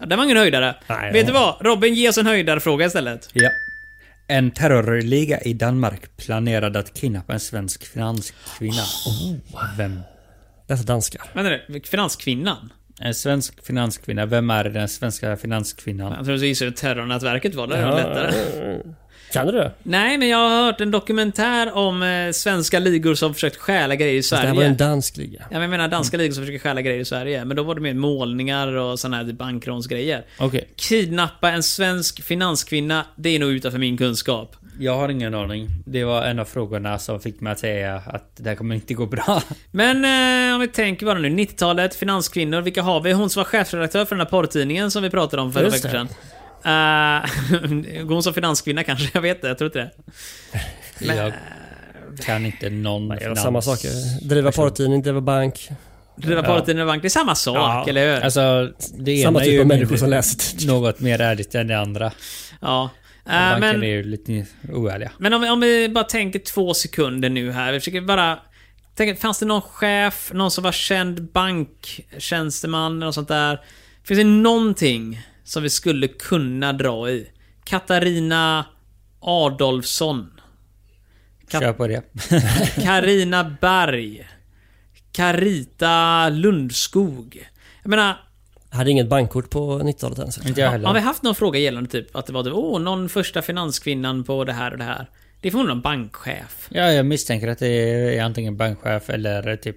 [SPEAKER 1] Ja, det var ingen höjdare.
[SPEAKER 2] Nej,
[SPEAKER 1] Vet
[SPEAKER 2] ja.
[SPEAKER 1] du vad? Robin, ge oss en höjdarfråga istället.
[SPEAKER 4] Ja. En terrorliga i Danmark planerade att kidnappa en svensk finanskvinna.
[SPEAKER 2] Oh,
[SPEAKER 4] Vem?
[SPEAKER 2] Dessa danskar.
[SPEAKER 1] Vänta nu, Finanskvinnan?
[SPEAKER 4] En svensk finanskvinna. Vem är den svenska finanskvinnan?
[SPEAKER 1] Jag tror du gissade hur terrornätverket var. Det var
[SPEAKER 2] Ja.
[SPEAKER 1] lättare.
[SPEAKER 2] Kan du det?
[SPEAKER 1] Nej, men jag har hört en dokumentär om eh, svenska ligor som försökt stjäla grejer i
[SPEAKER 2] Det
[SPEAKER 1] Sverige.
[SPEAKER 2] här var en dansk liga.
[SPEAKER 1] Ja, men jag menar danska ligor som försöker stjäla grejer i Sverige. Men då var det mer målningar och sådana här typ bankrånsgrejer.
[SPEAKER 4] Okej.
[SPEAKER 1] Kidnappa en svensk finanskvinna, det är nog utanför min kunskap.
[SPEAKER 4] Jag har ingen aning. Det var en av frågorna som fick mig att säga att det här kommer inte gå bra.
[SPEAKER 1] Men eh, om vi tänker bara nu, 90-talet, finanskvinnor, vilka har vi? Hon som var chefredaktör för den här porrtidningen som vi pratade om förra
[SPEAKER 2] Just
[SPEAKER 1] veckan
[SPEAKER 2] det.
[SPEAKER 1] sedan. Eh, *laughs* hon som finanskvinna kanske, *laughs* jag vet det, jag tror inte det.
[SPEAKER 4] Jag kan inte
[SPEAKER 2] Det
[SPEAKER 4] någon
[SPEAKER 2] var
[SPEAKER 4] finans-
[SPEAKER 2] samma saker. Driva porrtidning, driva bank.
[SPEAKER 1] Driva porrtidningen i bank, det är samma sak,
[SPEAKER 2] Ja.
[SPEAKER 1] eller hur?
[SPEAKER 4] Alltså, det
[SPEAKER 2] Samma
[SPEAKER 4] ena är
[SPEAKER 2] typ
[SPEAKER 4] ju
[SPEAKER 2] av människor
[SPEAKER 4] mindre-
[SPEAKER 2] som läser.
[SPEAKER 4] något mer ärligt än det andra.
[SPEAKER 1] ja. Eh,
[SPEAKER 4] Banken
[SPEAKER 1] men-
[SPEAKER 4] är ju lite oärliga.
[SPEAKER 1] Men om, vi- om vi bara tänker två sekunder nu här. Vi försöker bara... Tänker, fanns det någon chef, någon som var känd banktjänsteman och sånt där? Finns det någonting som vi skulle kunna dra i? Katarina Adolfsson. Kap-
[SPEAKER 4] Kör på det.
[SPEAKER 1] Karina Berg. Carita Lundskog. Jag menar,
[SPEAKER 2] Hade inget bankkort på 90-talet ens.
[SPEAKER 4] *laughs* inte jag
[SPEAKER 1] har vi
[SPEAKER 4] heller.
[SPEAKER 1] haft någon fråga gällande typ att det var typ, åh, någon första finanskvinnan på det här och det här? Det är förmodligen någon bankchef.
[SPEAKER 4] Ja, jag misstänker att det är antingen bankchef eller typ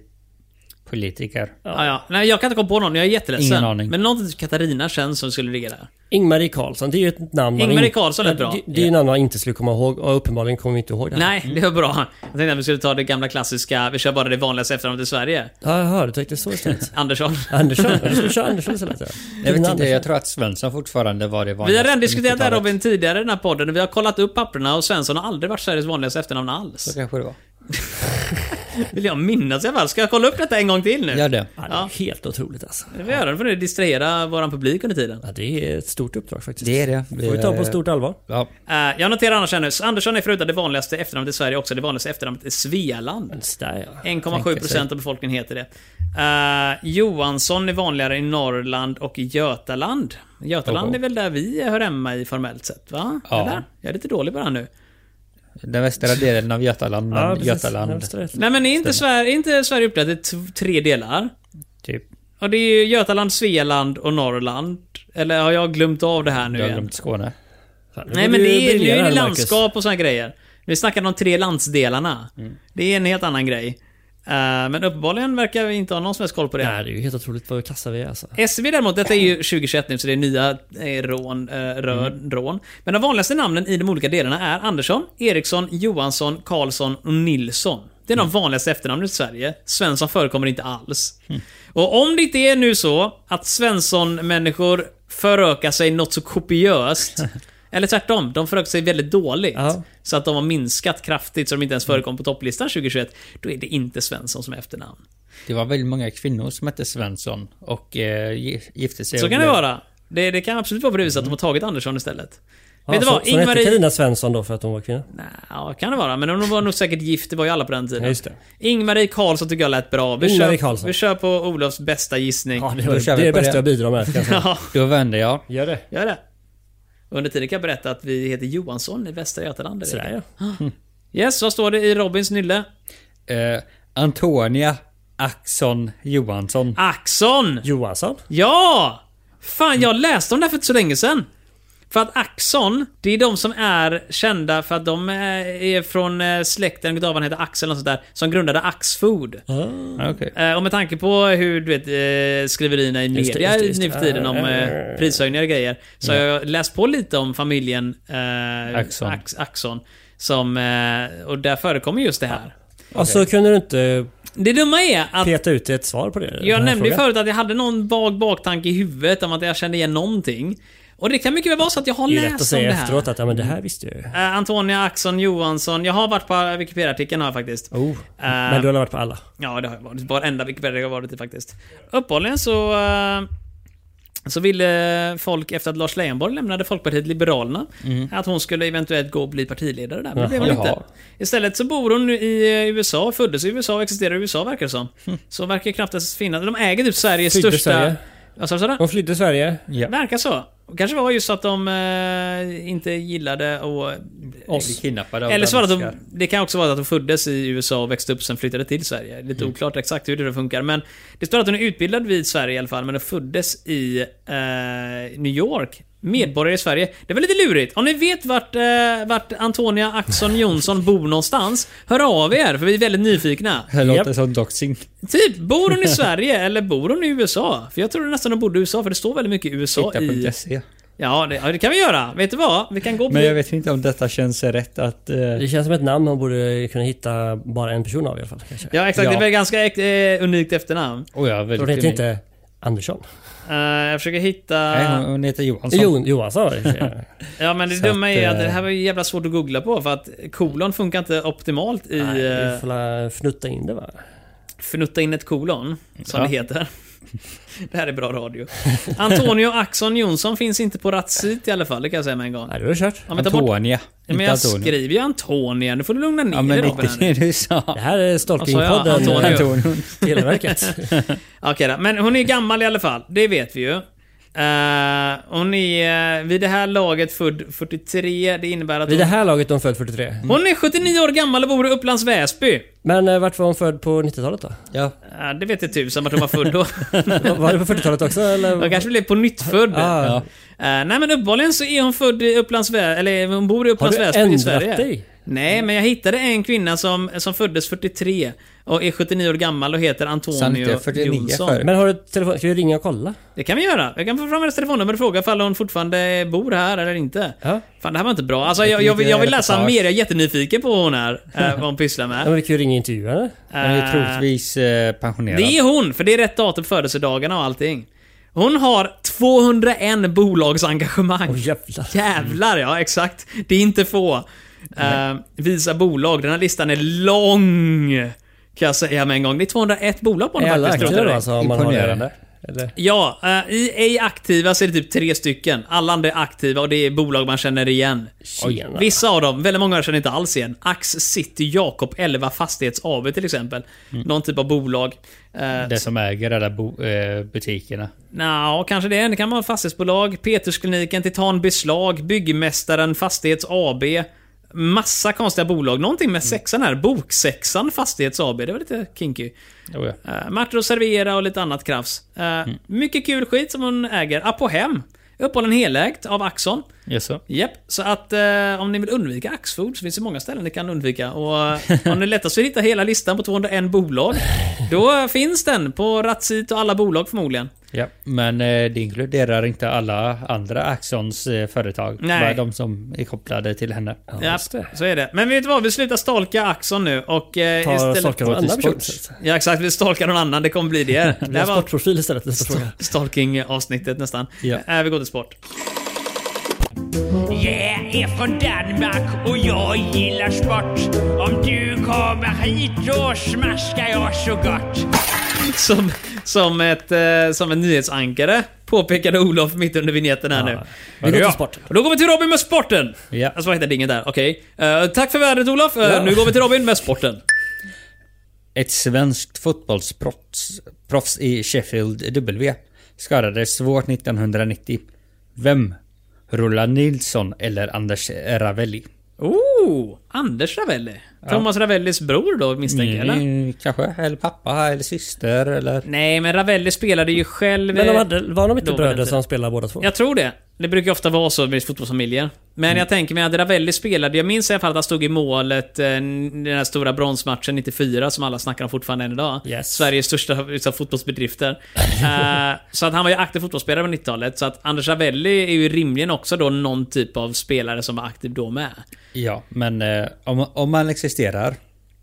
[SPEAKER 4] politiker.
[SPEAKER 1] Ja, ja. Nej, jag kan inte komma på någon. Jag är jätteledsen.
[SPEAKER 4] Ingen aning.
[SPEAKER 1] Men någonting typ Katarina känns som skulle ligga där.
[SPEAKER 2] Ingmarie Karlsson, det är ju ett namn man...
[SPEAKER 1] Ingmarie
[SPEAKER 2] in-
[SPEAKER 1] Karlsson lät
[SPEAKER 2] Ja,
[SPEAKER 1] bra.
[SPEAKER 2] Det, det är ju ett namn man inte skulle komma ihåg och uppenbarligen kommer vi inte ihåg det. här.
[SPEAKER 4] Mm.
[SPEAKER 1] Nej, det var bra. Jag tänkte att vi skulle ta det gamla klassiska, vi kör bara det vanligaste efternamnet i Sverige.
[SPEAKER 2] Ja, jaha, du tänkte
[SPEAKER 1] *laughs*
[SPEAKER 2] så istället.
[SPEAKER 1] Andersson.
[SPEAKER 2] Andersson? Ja, Du skulle köra Andersson istället ja.
[SPEAKER 4] Jag vet
[SPEAKER 2] Kristina
[SPEAKER 4] inte, jag
[SPEAKER 2] Andersson.
[SPEAKER 4] tror att Svensson fortfarande var det
[SPEAKER 1] Vi
[SPEAKER 4] vanligaste
[SPEAKER 1] har redan
[SPEAKER 4] på
[SPEAKER 1] diskuterat det här
[SPEAKER 4] 90-talet.
[SPEAKER 1] Robin tidigare i den här podden och vi har kollat upp papperna och Svensson har aldrig varit Sveriges vanligaste efternamn alls.
[SPEAKER 4] Så kanske det var.
[SPEAKER 1] Vill jag minnas i alla fall. Ska jag kolla upp detta en gång till nu?
[SPEAKER 4] Gör det.
[SPEAKER 2] Ja, det är helt otroligt alltså.
[SPEAKER 1] Det får vi göra, då får ni distrahera våran publik under tiden.
[SPEAKER 2] Ja, det är ett stort uppdrag faktiskt.
[SPEAKER 4] Det är det.
[SPEAKER 2] Det får vi ta på stort allvar.
[SPEAKER 4] Ja.
[SPEAKER 1] Eh, jag noterar annars här nu, Andersson är förutom det vanligaste efternamnet i Sverige också det vanligaste efternamnet i Svealand.
[SPEAKER 2] Där ja.
[SPEAKER 1] 1,7% av befolkningen heter det. Eh, Johansson är vanligare i Norrland och i Götaland. Götaland
[SPEAKER 4] Oho.
[SPEAKER 1] är väl där vi hör hemma i formellt sett, va?
[SPEAKER 4] Ja.
[SPEAKER 1] Eller? Jag är lite dålig på det här nu.
[SPEAKER 4] Den västra delen av Götaland, men
[SPEAKER 2] Ja, precis. Ja,
[SPEAKER 4] Götaland.
[SPEAKER 2] visst är det.
[SPEAKER 1] Nej men är inte Sverige, är inte Sverige uppdelat i t- tre delar?
[SPEAKER 4] Typ.
[SPEAKER 1] Och det är ju Götaland, Svealand och Norrland. Eller har jag glömt av det här nu
[SPEAKER 4] Jag har
[SPEAKER 1] igen?
[SPEAKER 4] glömt Skåne.
[SPEAKER 2] Fan, nu
[SPEAKER 1] Nej
[SPEAKER 2] blir
[SPEAKER 1] men det
[SPEAKER 2] du
[SPEAKER 1] är, nu
[SPEAKER 2] briljera
[SPEAKER 1] är det
[SPEAKER 2] här, Marcus.
[SPEAKER 1] landskap och såna grejer. Vi snackar om tre landsdelarna. Det är en helt annan grej. Eh, men uppenbarligen verkar vi inte ha någon som helst koll på det.
[SPEAKER 2] Nej, det är ju helt otroligt vad kassa vi är alltså.
[SPEAKER 1] SCB däremot, detta är ju 2021 nu så det är nya eh, rån, eh, röd, rån. Men de vanligaste namnen i de olika delarna är Andersson, Eriksson, Johansson, Karlsson och Nilsson. Det är de vanligaste efternamnen i Sverige. Svensson förekommer inte alls. Och om det inte är nu så att Svensson-människor förökar sig något så kopiöst Eller tvärtom, de förökar sig väldigt dåligt.
[SPEAKER 2] Ja.
[SPEAKER 1] Så att de har minskat kraftigt så de inte ens förekom på topplistan 2021. Då är det inte Svensson som är efternamn.
[SPEAKER 4] Det var väldigt många kvinnor som hette Svensson och eh, gi- gifte sig.
[SPEAKER 1] Så
[SPEAKER 4] och
[SPEAKER 1] kan det
[SPEAKER 4] blev-
[SPEAKER 1] vara. Det, det kan absolut vara på det viset att de har tagit Andersson istället.
[SPEAKER 2] Ja,
[SPEAKER 1] Vet du
[SPEAKER 2] så-
[SPEAKER 1] vad?
[SPEAKER 2] Så hon hette
[SPEAKER 1] Ingmarie...
[SPEAKER 2] Carina Svensson då för att hon var kvinna?
[SPEAKER 1] Nej, ja, kan det vara. Men hon var nog säkert gift. Det var ju alla på den
[SPEAKER 2] Ja,
[SPEAKER 1] tiden.
[SPEAKER 2] just det.
[SPEAKER 1] Ingmarie Karlsson tycker jag lät bra. Vi
[SPEAKER 2] Ingmarie
[SPEAKER 1] kör,
[SPEAKER 2] Karlsson.
[SPEAKER 1] vi kör på Olofs bästa gissning.
[SPEAKER 2] Ja, det,
[SPEAKER 4] Då
[SPEAKER 2] var, det
[SPEAKER 4] kör
[SPEAKER 2] är
[SPEAKER 4] vi
[SPEAKER 2] det
[SPEAKER 4] på
[SPEAKER 2] bästa
[SPEAKER 4] det.
[SPEAKER 2] jag bidrar med. kan jag säga.
[SPEAKER 1] *laughs* Ja,
[SPEAKER 4] Då vände jag.
[SPEAKER 2] Gör det.
[SPEAKER 1] gör det. Under tiden kan jag berätta att vi heter Johansson i Västra Götaland.
[SPEAKER 2] Sådär ja.
[SPEAKER 1] Yes, vad står det i Robins nylle?
[SPEAKER 4] Eh, Antonia Axon Johansson.
[SPEAKER 1] Axon!
[SPEAKER 2] Johansson?
[SPEAKER 1] Ja! Fan, jag läste om det här för inte så länge sedan. För att Axon, det är de som är kända för att de eh, är från eh, släkten, jag han heter Axel och sånt där, som grundade Axfood.
[SPEAKER 4] Ah, okej.
[SPEAKER 1] Eh, Och med tanke på hur du vet, eh, skriverierna i
[SPEAKER 2] Just det,
[SPEAKER 1] media
[SPEAKER 2] just det, just det.
[SPEAKER 1] nu för tiden om eh, prishöjningar och grejer, så har jag läst på lite om familjen eh,
[SPEAKER 4] Axon.
[SPEAKER 1] Ax- Axon. Som, eh, och där förekommer just det här.
[SPEAKER 2] Och så kunde du inte
[SPEAKER 1] Det dumma är att
[SPEAKER 2] peta ut ett svar på det? den här
[SPEAKER 1] jag nämnde ju
[SPEAKER 2] frågan?
[SPEAKER 1] förut att jag hade någon vag baktanke i huvudet om att jag kände igen någonting. Och det kan mycket väl vara så att jag har
[SPEAKER 2] Det är ju rätt att
[SPEAKER 1] läst om
[SPEAKER 2] säga
[SPEAKER 1] det här.
[SPEAKER 2] efteråt att ja, men det här visste jag ju.
[SPEAKER 1] Eh, Antonia Axon Johansson. Jag har varit på Wikipedia-artikeln här faktiskt. Eh,
[SPEAKER 2] Oh. Men du har varit på alla?
[SPEAKER 1] Ja, det har jag varit. Varenda Wikipedia jag har varit i faktiskt. Uppehållligen så... eh, så ville folk efter att Lars Leijonborg lämnade Folkpartiet Liberalerna att hon skulle eventuellt gå och bli partiledare där. Men det blev hon
[SPEAKER 4] Jaha.
[SPEAKER 1] inte. Istället så bor hon i eh, USA, föddes i USA och existerar i USA verkar det som. Så verkar ju knappt ens finnas. De äger typ Sveriges
[SPEAKER 2] Flydde
[SPEAKER 1] största...
[SPEAKER 2] Sverige.
[SPEAKER 1] Vad sa du, sa du?
[SPEAKER 2] De flydde Sverige.
[SPEAKER 4] Ja.
[SPEAKER 1] Verkar så. Kanske var just att de eh, inte gillade och...
[SPEAKER 4] Blir kidnappade av
[SPEAKER 1] Eller så var det att de,
[SPEAKER 4] danskar.
[SPEAKER 1] det kan också vara att de föddes i USA och växte upp och sen flyttade till Sverige. Lite
[SPEAKER 4] Mm.
[SPEAKER 1] oklart exakt hur det funkar. Men det står att hon är utbildad vid Sverige i alla fall, men hon föddes i eh, New York. Medborgare i Sverige. Det var lite lurigt. Om ni vet vart, eh, vart Antonia Axon Johnson bor någonstans, hör av er för vi är väldigt nyfikna.
[SPEAKER 4] Det låter
[SPEAKER 2] Japp.
[SPEAKER 4] som doxing.
[SPEAKER 1] Typ, bor hon i Sverige eller bor hon i USA? För jag tror nästan hon bodde i USA, för det står väldigt mycket USA i...
[SPEAKER 4] Hitta.se.
[SPEAKER 1] Ja det, ja, det kan vi göra. Vet du vad? Vi kan gå på...
[SPEAKER 4] Men jag vet inte om detta känns rätt att... eh,
[SPEAKER 1] Oh
[SPEAKER 2] Det känns som ett namn man borde kunna hitta bara en person av i alla fall. Kanske.
[SPEAKER 1] Ja, exakt. Det
[SPEAKER 4] Ja.
[SPEAKER 1] är väl ganska eh, unikt efternamn.
[SPEAKER 4] Oj, jag är väldigt
[SPEAKER 2] De heter
[SPEAKER 4] unik.
[SPEAKER 2] inte Andersson.
[SPEAKER 1] Eh, jag försöker hitta...
[SPEAKER 4] Nej, hon- hon heter Johansson.
[SPEAKER 2] Jo, Johansson var det i och för sig.
[SPEAKER 1] Ja men det
[SPEAKER 4] Så
[SPEAKER 1] dumma
[SPEAKER 4] att,
[SPEAKER 1] är att
[SPEAKER 4] eh,
[SPEAKER 1] det här var ju jävla svårt att googla på för att kolon funkar inte optimalt i...
[SPEAKER 2] Nej,
[SPEAKER 1] eh,
[SPEAKER 2] Vi får la fnutta in det va?
[SPEAKER 1] fnutta in ett kolon, som
[SPEAKER 4] Ja.
[SPEAKER 1] det heter. *laughs* Det här är bra
[SPEAKER 4] *laughs*
[SPEAKER 1] radio. Antonio Axon Jonsson finns inte på Ratsit i alla fall, det kan jag säga med en gång.
[SPEAKER 2] Nej, du har kört.
[SPEAKER 1] Ja, men, ta bort,
[SPEAKER 4] Antonia.
[SPEAKER 1] ja, men
[SPEAKER 4] inte
[SPEAKER 1] jag
[SPEAKER 4] Antonio.
[SPEAKER 1] skriver ju Antonia, nu får du lugna ner
[SPEAKER 4] Ja, men
[SPEAKER 1] dig
[SPEAKER 4] inte
[SPEAKER 1] Robin. här nu.
[SPEAKER 4] det du
[SPEAKER 2] Det
[SPEAKER 4] sa.
[SPEAKER 2] här är
[SPEAKER 1] Vad sa jag?
[SPEAKER 2] Stalkingpodden. eh,
[SPEAKER 1] Antonio.
[SPEAKER 4] Antonio.
[SPEAKER 2] Televerket.
[SPEAKER 1] *laughs* Okej då, men hon är gammal i alla fall. Det vet vi ju. Eh, hon är eh, vid det här laget född 43, det innebär att hon,
[SPEAKER 2] Vid det här laget är hon född 43.
[SPEAKER 1] hon är 79 år gammal och bor i Upplands Väsby.
[SPEAKER 2] Men eh, vart var hon född på 90-talet då?
[SPEAKER 4] Ja.
[SPEAKER 1] Ja, Eh, det vet jag tusan vart hon var född då.
[SPEAKER 2] Var- *laughs* Var det på 40-talet också eller?
[SPEAKER 1] Hon kanske blev på nytt född.
[SPEAKER 2] Ah.
[SPEAKER 1] Ja. Eh, nej men uppenbarligen så är hon född i Upplands Vä- eller hon bor i
[SPEAKER 2] Har
[SPEAKER 1] Upplands
[SPEAKER 2] du
[SPEAKER 1] Väsby i Sverige.
[SPEAKER 2] ändrat dig?
[SPEAKER 1] Nej, men jag hittade en kvinna som, som föddes 43 Och är 79 år gammal och heter
[SPEAKER 4] Så han
[SPEAKER 1] Antonio
[SPEAKER 4] inte 49
[SPEAKER 1] Jonsson.
[SPEAKER 4] för?
[SPEAKER 2] Men har du telefon? Ska vi ringa och kolla?
[SPEAKER 1] Det kan vi göra. Jag kan få fram hennes telefonnummer och fråga ifall hon fortfarande bor här eller inte.
[SPEAKER 2] Ja.
[SPEAKER 1] Fan, det här var inte bra. Alltså, jag, jag, vill, jag vill läsa
[SPEAKER 4] Reportage.
[SPEAKER 1] mer. Jag är jättenyfiken på vad hon är. eh, Vad hon pysslar
[SPEAKER 2] *laughs* Ja, men
[SPEAKER 1] med.
[SPEAKER 2] vi kan ju ringa intervjuaren.
[SPEAKER 4] Han är ju
[SPEAKER 1] Eh,
[SPEAKER 4] troligtvis eh, pensionerad.
[SPEAKER 1] Det är hon, för det är rätt datum på födelsedagarna och allting. Hon har 201 bolagsengagemang.
[SPEAKER 2] Åh jävlar.
[SPEAKER 1] Jävlar ja, exakt. Det är inte få. Eh, visa bolag. Den här listan är lång. Kan jag säga med en gång. Det är 201 bolag på
[SPEAKER 2] Är
[SPEAKER 1] den
[SPEAKER 2] alla
[SPEAKER 1] faktiskt. tror
[SPEAKER 2] aktiva
[SPEAKER 1] jag
[SPEAKER 2] då
[SPEAKER 1] det är.
[SPEAKER 2] alltså? Om man har det?
[SPEAKER 4] Imponerande.
[SPEAKER 2] Eller?
[SPEAKER 1] Ja, eh, i ej aktiva så är det typ tre stycken. Alla andra är aktiva och det är bolag man känner igen.
[SPEAKER 2] Tjena.
[SPEAKER 1] Vissa av dem, väldigt många känner inte alls igen. Ax City Jakob 11 Fastighets AB till exempel.
[SPEAKER 2] Mm.
[SPEAKER 1] Någon typ av bolag. Eh,
[SPEAKER 4] Det som äger alla bo, eh, butikerna.
[SPEAKER 1] Nja, kanske det. Det kan vara fastighetsbolag, Peterskliniken, Titan Beslag, Byggmästaren, Fastighets AB. Massa konstiga bolag. Någonting med sexan här. Boksexan Fastighets AB. Det var lite kinky.
[SPEAKER 4] Oh, ja.
[SPEAKER 1] Uh, Martin och Servera och lite annat krafs. Eh, Mycket kul skit som hon äger. Apohem. Uppehållen helägt av Axon.
[SPEAKER 4] Jaså?
[SPEAKER 1] Japp, så att eh, om ni vill undvika Axfood så finns det många ställen ni kan undvika. Och eh, om det är lättast att hitta hela listan på 201 bolag, då finns den på Ratsit och alla bolag förmodligen.
[SPEAKER 4] Ja, men eh, det inkluderar inte alla andra Axons eh, företag.
[SPEAKER 1] Nej.
[SPEAKER 4] Bara de som är kopplade till henne.
[SPEAKER 1] Ja, så är det. Men vet du vad? Vi slutar stalka Axon nu och eh,
[SPEAKER 2] Ta och
[SPEAKER 1] istället...
[SPEAKER 2] stalka någon
[SPEAKER 4] Gå till
[SPEAKER 2] annan person.
[SPEAKER 4] sports.
[SPEAKER 1] Ja exakt, vi stalkar någon annan. Det kommer bli
[SPEAKER 2] *laughs*
[SPEAKER 1] det. Det
[SPEAKER 2] Vi
[SPEAKER 1] här
[SPEAKER 2] har
[SPEAKER 1] var
[SPEAKER 2] sportprofil istället. nästa fråga.
[SPEAKER 1] stalking-avsnittet nästan.
[SPEAKER 4] Ja.
[SPEAKER 1] Eh, vi går till sport.
[SPEAKER 7] Jag är från Danmark och jag gillar sport. Om du kommer hit då smaskar jag så gott.
[SPEAKER 1] Som, som, ett, eh, som en nyhetsankare påpekade Olof mitt under vignetten här nu.
[SPEAKER 2] Vi går till sport.
[SPEAKER 1] Och då går vi till Robin med sporten!
[SPEAKER 4] Ja.
[SPEAKER 1] Alltså vad heter dingen där? Okej. Eh, tack för vädret Olof. Eh, Nu går vi till Robin med sporten.
[SPEAKER 4] *laughs* Ett svenskt fotbollsproffs proffs i Sheffield W skadades svårt 1990. Vem? Roland Nilsson eller Anders Ravelli?
[SPEAKER 1] Oh! Anders Ravelli. Thomas Ravellis bror då misstänker jag eller?
[SPEAKER 4] Mm, kanske, eller pappa eller syster eller...
[SPEAKER 1] Nej men Ravelli spelade ju själv...
[SPEAKER 2] Men de
[SPEAKER 1] eh,
[SPEAKER 2] hade, var de
[SPEAKER 1] då
[SPEAKER 2] inte
[SPEAKER 1] var det
[SPEAKER 2] bröder
[SPEAKER 1] inte.
[SPEAKER 2] som spelade båda två?
[SPEAKER 1] Jag tror det. Det brukar ju ofta vara så med fotbollsfamiljer. Men
[SPEAKER 2] Mm.
[SPEAKER 1] jag tänker mig att Ravelli spelade, jag minns i alla fall att han stod i målet eh, den här stora bronsmatchen 94 som alla snackar om fortfarande än idag.
[SPEAKER 2] Yes.
[SPEAKER 1] Sveriges största liksom, fotbollsbedrifter.
[SPEAKER 2] *laughs*
[SPEAKER 1] Eh, så att han var ju aktiv fotbollsspelare på 90-talet. Så att Anders Ravelli är ju rimligen också då någon typ av spelare som var aktiv då med.
[SPEAKER 4] Ja, men eh, om, om han existerar.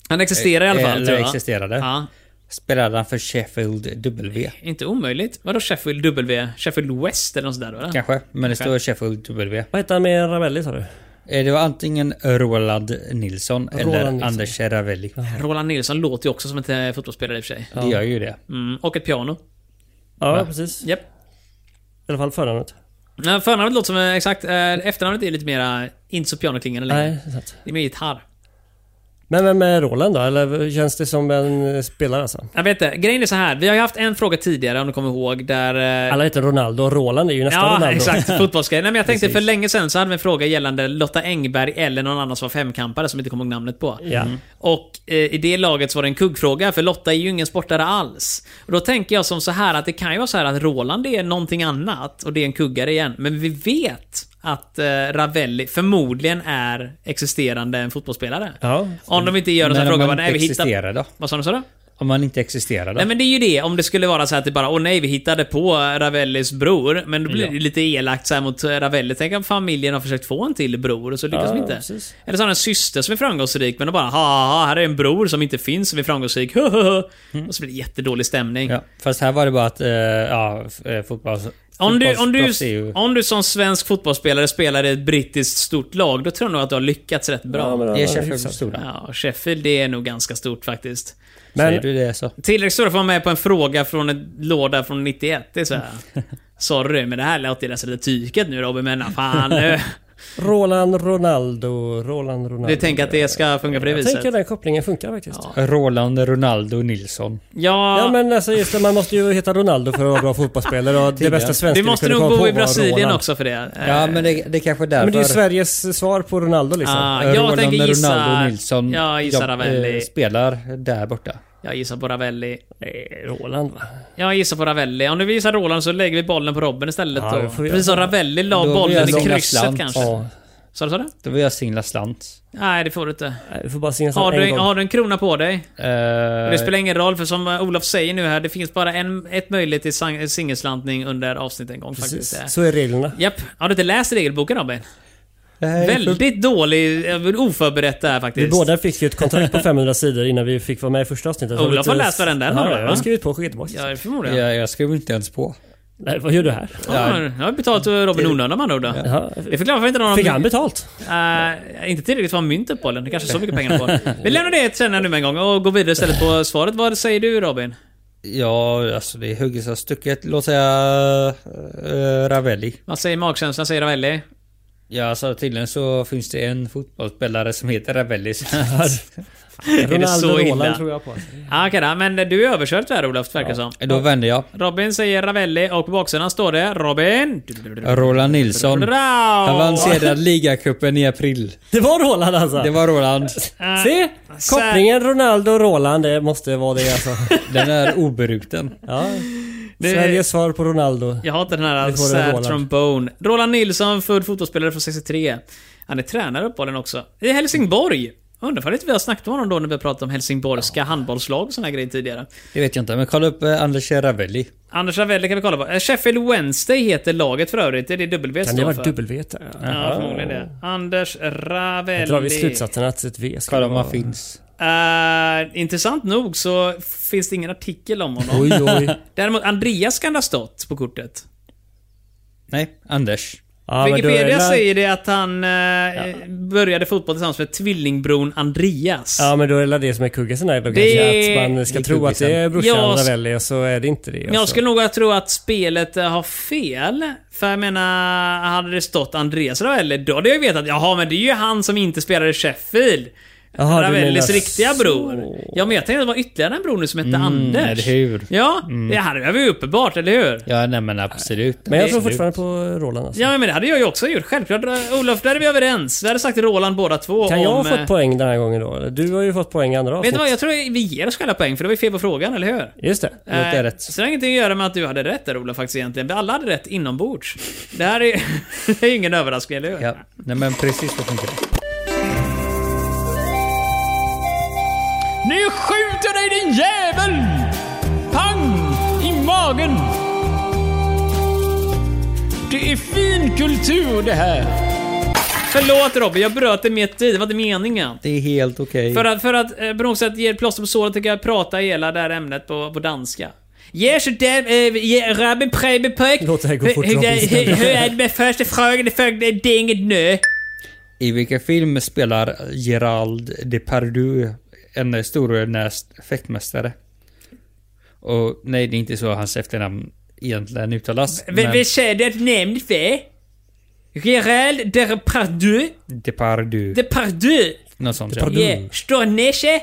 [SPEAKER 1] Han existerar i alla fall
[SPEAKER 4] Eller
[SPEAKER 1] tror jag.
[SPEAKER 4] existerade.
[SPEAKER 1] Ja.
[SPEAKER 4] Spelade han för Sheffield W?
[SPEAKER 1] Inte omöjligt. Vadå Sheffield W? Sheffield West eller något sådär då? eller?
[SPEAKER 4] Kanske, men det står Sheffield W.
[SPEAKER 2] Vad hette han med Ravelli sa du?
[SPEAKER 4] Eh, Det var antingen Roland Nilsson eller
[SPEAKER 2] Nilsson.
[SPEAKER 4] Anders Ravelli.
[SPEAKER 1] Roland Nilsson låter ju också som en eh, fotbollsspelare i och för sig.
[SPEAKER 4] Det gör ju det.
[SPEAKER 1] Mm, och ett piano.
[SPEAKER 2] Ja, precis. I
[SPEAKER 1] Japp.
[SPEAKER 2] alla fall förnamnet.
[SPEAKER 1] Nej, förnamnet låter som eh, exakt. Eh, efternamnet är lite mera, inte så pianoklingande längre.
[SPEAKER 2] Nej, det är sant.
[SPEAKER 1] Det är mer gitarr.
[SPEAKER 2] Men vem är Roland då? Eller känns det som en spelare alltså?
[SPEAKER 1] Jag vet inte, grejen är så här. Vi har ju haft en fråga tidigare om du kommer ihåg där... eh,
[SPEAKER 2] Alla heter Ronaldo och Roland är ju nästa
[SPEAKER 1] Ja,
[SPEAKER 2] Ronaldo. *laughs*
[SPEAKER 1] exakt. Fotbollsgrejen. Nej, men jag tänkte för länge sedan så hade vi en fråga gällande Lotta Engberg eller någon annan som var femkampare som jag inte kommer ihåg namnet på.
[SPEAKER 2] Ja.
[SPEAKER 1] Och eh, i det laget så var det en kuggfråga, för Lotta är ju ingen sportare alls. Och då tänker jag som så här att det kan ju vara så här att Roland är någonting annat och det är en kuggare igen. Men vi vet att eh, Ravelli förmodligen är existerande en fotbollsspelare.
[SPEAKER 2] Ja.
[SPEAKER 1] Om de inte gör en sån
[SPEAKER 4] Men
[SPEAKER 1] här
[SPEAKER 4] om
[SPEAKER 1] fråga,
[SPEAKER 4] han
[SPEAKER 1] bara, nej
[SPEAKER 4] inte
[SPEAKER 1] vi hittar...
[SPEAKER 4] existerar då?
[SPEAKER 1] Vad sa du? Sa du?
[SPEAKER 4] Om han inte existerar då?
[SPEAKER 1] Nej men det är ju det, om det skulle vara så att det bara åh nej vi hittade på Ravellis bror. Men då blir det ju lite elakt så här mot Ravelli. Tänk om familjen har försökt få en till bror och så lyckas de inte.
[SPEAKER 2] precis.
[SPEAKER 1] Eller så har han en syster som är framgångsrik men de bara ha ha, ha, här är en bror som inte finns som är framgångsrik. Hö, hö, hö. Och så blir det jättedålig stämning.
[SPEAKER 4] Mm. Ja, fast här var det bara att, eh, ja, f- eh, fotbolls...
[SPEAKER 1] Om du, om, du,
[SPEAKER 4] fotbollsproffs är ju-
[SPEAKER 1] om du som svensk fotbollsspelare spelar i ett brittiskt stort lag, då tror jag nog att du har lyckats rätt bra. Ja,
[SPEAKER 2] men-
[SPEAKER 4] Det är
[SPEAKER 2] Ja,
[SPEAKER 4] Sheffield
[SPEAKER 2] hyfsat.
[SPEAKER 4] stora.
[SPEAKER 1] och Sheffield, det är nog ganska stort faktiskt.
[SPEAKER 4] Säger
[SPEAKER 2] Men
[SPEAKER 4] du det så?
[SPEAKER 1] Tillräckligt stora för att vara med på en fråga från en låda från 91. Det är så
[SPEAKER 2] *laughs*
[SPEAKER 1] här. Sorry, men det här låter ju nästan lite tyket nu Robin, men fan
[SPEAKER 2] *laughs*
[SPEAKER 1] nu. *laughs*
[SPEAKER 2] Roland Ronaldo, Roland Ronaldo.
[SPEAKER 1] Du tänker att det ska funka på det
[SPEAKER 2] Jag tänker
[SPEAKER 1] viset?
[SPEAKER 2] den kopplingen funkar faktiskt. Ja.
[SPEAKER 4] Roland Ronaldo Nilsson.
[SPEAKER 1] Ja,
[SPEAKER 2] men alltså just det, man måste ju heta Ronaldo för att vara bra fotbollsspelare och det bästa
[SPEAKER 1] du
[SPEAKER 2] svenska
[SPEAKER 1] måste
[SPEAKER 2] kunde komma
[SPEAKER 1] nog bo
[SPEAKER 2] på
[SPEAKER 1] i
[SPEAKER 2] var
[SPEAKER 1] Brasilien
[SPEAKER 2] Roland.
[SPEAKER 1] också för det. Eh,
[SPEAKER 4] Ja, men det, det är kanske är därför...
[SPEAKER 2] Men det är ju Sveriges svar på Ronaldo liksom.
[SPEAKER 1] Ah,
[SPEAKER 4] eh,
[SPEAKER 1] jag tänker gissa...
[SPEAKER 4] Ronaldo Nilsson
[SPEAKER 1] Jag gissar
[SPEAKER 4] jobb- eh,
[SPEAKER 1] Ravelli.
[SPEAKER 4] spelar där borta.
[SPEAKER 1] Jag gissar på Ravelli.
[SPEAKER 2] Nej, Roland va?
[SPEAKER 1] Jag gissar på Ravelli. Om du visar Roland så lägger vi bollen på Robin istället
[SPEAKER 2] Ja,
[SPEAKER 1] då.
[SPEAKER 2] det får vi
[SPEAKER 1] Precis som Ravelli la
[SPEAKER 4] Då blir
[SPEAKER 1] bollen
[SPEAKER 4] jag
[SPEAKER 1] i
[SPEAKER 4] långa
[SPEAKER 1] krysset
[SPEAKER 4] slant.
[SPEAKER 1] kanske.
[SPEAKER 2] Ja.
[SPEAKER 1] Sa du så? det?
[SPEAKER 4] Då vill jag singla slant.
[SPEAKER 1] Nej, det får du inte.
[SPEAKER 2] Nej, Du får bara singa
[SPEAKER 1] Har
[SPEAKER 2] sånt en
[SPEAKER 1] du,
[SPEAKER 2] gång.
[SPEAKER 1] har du en krona på dig?
[SPEAKER 4] Eh,
[SPEAKER 1] Det spelar ingen roll, för som eh, Olof säger nu här, det finns bara en, ett möjlighet till sang- singelslantning under avsnittet en gång
[SPEAKER 2] Precis.
[SPEAKER 1] faktiskt.
[SPEAKER 2] Så är reglerna.
[SPEAKER 1] Japp. Har du inte läst regelboken Robin?
[SPEAKER 4] nej,
[SPEAKER 1] Väldigt dålig, jag vill oförberett där
[SPEAKER 2] Vi
[SPEAKER 1] faktiskt.
[SPEAKER 2] båda fick ju ett
[SPEAKER 1] *laughs*
[SPEAKER 2] kontrakt på 500 sidor innan vi fick vara med i första avsnittet.
[SPEAKER 1] Olof
[SPEAKER 2] lite-
[SPEAKER 1] har läst varenda en av dem,
[SPEAKER 2] Ja, jag
[SPEAKER 1] va?
[SPEAKER 2] har skrivit på och skickat tillbaka.
[SPEAKER 1] Ja,
[SPEAKER 4] för-
[SPEAKER 1] förmodligen.
[SPEAKER 4] Jag, jag skrev inte ens på.
[SPEAKER 2] Nej, vad gör du här?
[SPEAKER 1] Ja, jag har betalat för Robin Hornlund om han då.
[SPEAKER 2] Jaha.
[SPEAKER 1] Det förklarar varför inte någon...
[SPEAKER 2] Fick han betalt?
[SPEAKER 1] Eh, inte tillräckligt för att ha mynt upp bollen. Det kanske är så mycket pengar på den. Vi lämnar det sen här nu med en gång och går vidare istället på svaret. Vad säger du Robin?
[SPEAKER 4] Ja, alltså det är hugget som stucket. Låt säga eh, Ravelli.
[SPEAKER 1] Vad säger magkänslan? Säger Ravelli?
[SPEAKER 4] Ja, alltså tydligen så finns det en fotbollsspelare som heter
[SPEAKER 2] *laughs*
[SPEAKER 4] Ravelli. så att-
[SPEAKER 1] Är *laughs* det
[SPEAKER 2] Ronaldo
[SPEAKER 1] så illa?
[SPEAKER 2] Roland tror jag på.
[SPEAKER 1] Ah, Okej då, men du är överkörd tyvärr Olof, verkar som.
[SPEAKER 4] *laughs* Då vänder jag.
[SPEAKER 1] Robin säger Ravelli och på baksidan står det Robin...
[SPEAKER 4] Roland Nilsson. Han vann
[SPEAKER 1] Rao!
[SPEAKER 4] sedan ligacupen i april.
[SPEAKER 2] Det var Roland alltså?
[SPEAKER 4] Det var Roland.
[SPEAKER 1] Eh,
[SPEAKER 2] Se! Kopplingen Ronaldo-Roland, det måste vara det
[SPEAKER 1] *laughs*
[SPEAKER 2] alltså.
[SPEAKER 4] Den är obruten.
[SPEAKER 2] Ja.
[SPEAKER 1] Det-
[SPEAKER 2] Sveriges svar på Ronaldo.
[SPEAKER 1] Jag hatar den här
[SPEAKER 2] Vi får en
[SPEAKER 1] sad
[SPEAKER 2] Roland.
[SPEAKER 1] trombone. Roland Nilsson, född fotbollsspelare från 63. Han är tränare uppehållen också. I Helsingborg! Undrar ifall inte vi har snackat om honom då när vi har pratat om helsingborgska handbollslag och såna här grejer tidigare.
[SPEAKER 4] Det vet jag inte, men kolla upp eh, Anders Ravelli.
[SPEAKER 1] Anders Ravelli kan vi kolla på. Eh, Sheffield Wednesday heter laget för övrigt. Det är det W
[SPEAKER 2] Kan det
[SPEAKER 1] står
[SPEAKER 2] vara
[SPEAKER 1] för.
[SPEAKER 2] W? där?
[SPEAKER 1] Ja, förmodligen det. Anders Ravelli.
[SPEAKER 2] Då drar vi slutsatsen att ett V ska
[SPEAKER 4] Kolla om
[SPEAKER 2] vara-
[SPEAKER 4] han finns.
[SPEAKER 1] Eh, intressant nog så finns det ingen artikel om honom.
[SPEAKER 2] Oj, oj.
[SPEAKER 1] Däremot Andreas kan det ha stått på kortet.
[SPEAKER 4] Nej, Anders.
[SPEAKER 2] Ja, men då är
[SPEAKER 1] Wikipedia
[SPEAKER 2] det-
[SPEAKER 1] säger det att han eh, började fotboll tillsammans med tvillingbron Andreas.
[SPEAKER 2] Ja men då är det det som är kuggisen här då
[SPEAKER 1] Det-
[SPEAKER 2] kanske. Att man ska
[SPEAKER 4] det är
[SPEAKER 2] tro att det är
[SPEAKER 4] kuggisen.
[SPEAKER 2] brorsan
[SPEAKER 1] Jag sk-
[SPEAKER 2] Ravelli och så är det inte det.
[SPEAKER 1] Men jag
[SPEAKER 2] alltså.
[SPEAKER 1] skulle nog tro att spelet eh, har fel. För jag menar, hade det stått Andreas Ravelli, då hade jag vetat jaha, men det är ju han som inte spelade i Sheffield.
[SPEAKER 2] Jaha, du
[SPEAKER 1] Ravellis
[SPEAKER 2] menar
[SPEAKER 1] riktiga
[SPEAKER 2] så. Mm,
[SPEAKER 1] bror. Ja, men jag tänkte att det var ytterligare en bror nu som hette Anders.
[SPEAKER 4] eller hur?
[SPEAKER 1] Ja, det här är ju uppenbart, eller hur?
[SPEAKER 4] Ja, nej men absolut.
[SPEAKER 2] Men jag
[SPEAKER 4] Absolut.
[SPEAKER 2] tror fortfarande på Roland alltså.
[SPEAKER 1] Ja, men det hade jag ju också gjort. Självklart. Ra- Olof, där är vi överens. Vi hade sagt Roland båda två
[SPEAKER 2] Kan jag
[SPEAKER 1] om,
[SPEAKER 2] ha
[SPEAKER 1] eh,
[SPEAKER 2] fått poäng den här gången då? eller? Du har ju fått poäng i andra
[SPEAKER 1] Vet du
[SPEAKER 2] avsnitt.
[SPEAKER 1] vad, jag tror vi ger oss själva poäng, för det var ju fel på frågan, eller hur?
[SPEAKER 2] Just det.
[SPEAKER 4] Låt det
[SPEAKER 1] Eh,
[SPEAKER 4] rätt.
[SPEAKER 1] Så det har ingenting att göra med att du hade rätt där Ola faktiskt egentligen. Vi alla hade rätt inombords. Det här är, *laughs* det är ju ingen överraskning, eller hur?
[SPEAKER 4] Ja, nej men precis så funkar det.
[SPEAKER 7] Nu skjuter dig din jävel! Pang! I magen! Det är fin kultur det här.
[SPEAKER 1] Förlåt Robin, jag bröt det mitt i. Det var inte meningen.
[SPEAKER 4] Det är helt okej.
[SPEAKER 1] För att, för att eh, på något sätt ge ett plåster på såret tycker jag prata hela det här ämnet på, på danska. Yes, dem, eh, Robin Preben Pöck.
[SPEAKER 2] Låt det här gå fort,
[SPEAKER 1] Hur-
[SPEAKER 2] Robin.
[SPEAKER 1] hur- Hur är det med första frågan? Det följde dinget nu.
[SPEAKER 4] I vilken film spelar Gerald Depardieu en stornäst fäktmästare? Och nej, det är inte så hans efternamn egentligen uttalas.
[SPEAKER 1] Vad vad säger du att namnet var? Gerald Depardieu.
[SPEAKER 4] Depardieu.
[SPEAKER 1] Depardieu.
[SPEAKER 4] något sånt
[SPEAKER 2] Depardieu.
[SPEAKER 1] Yeah. Står Neshe.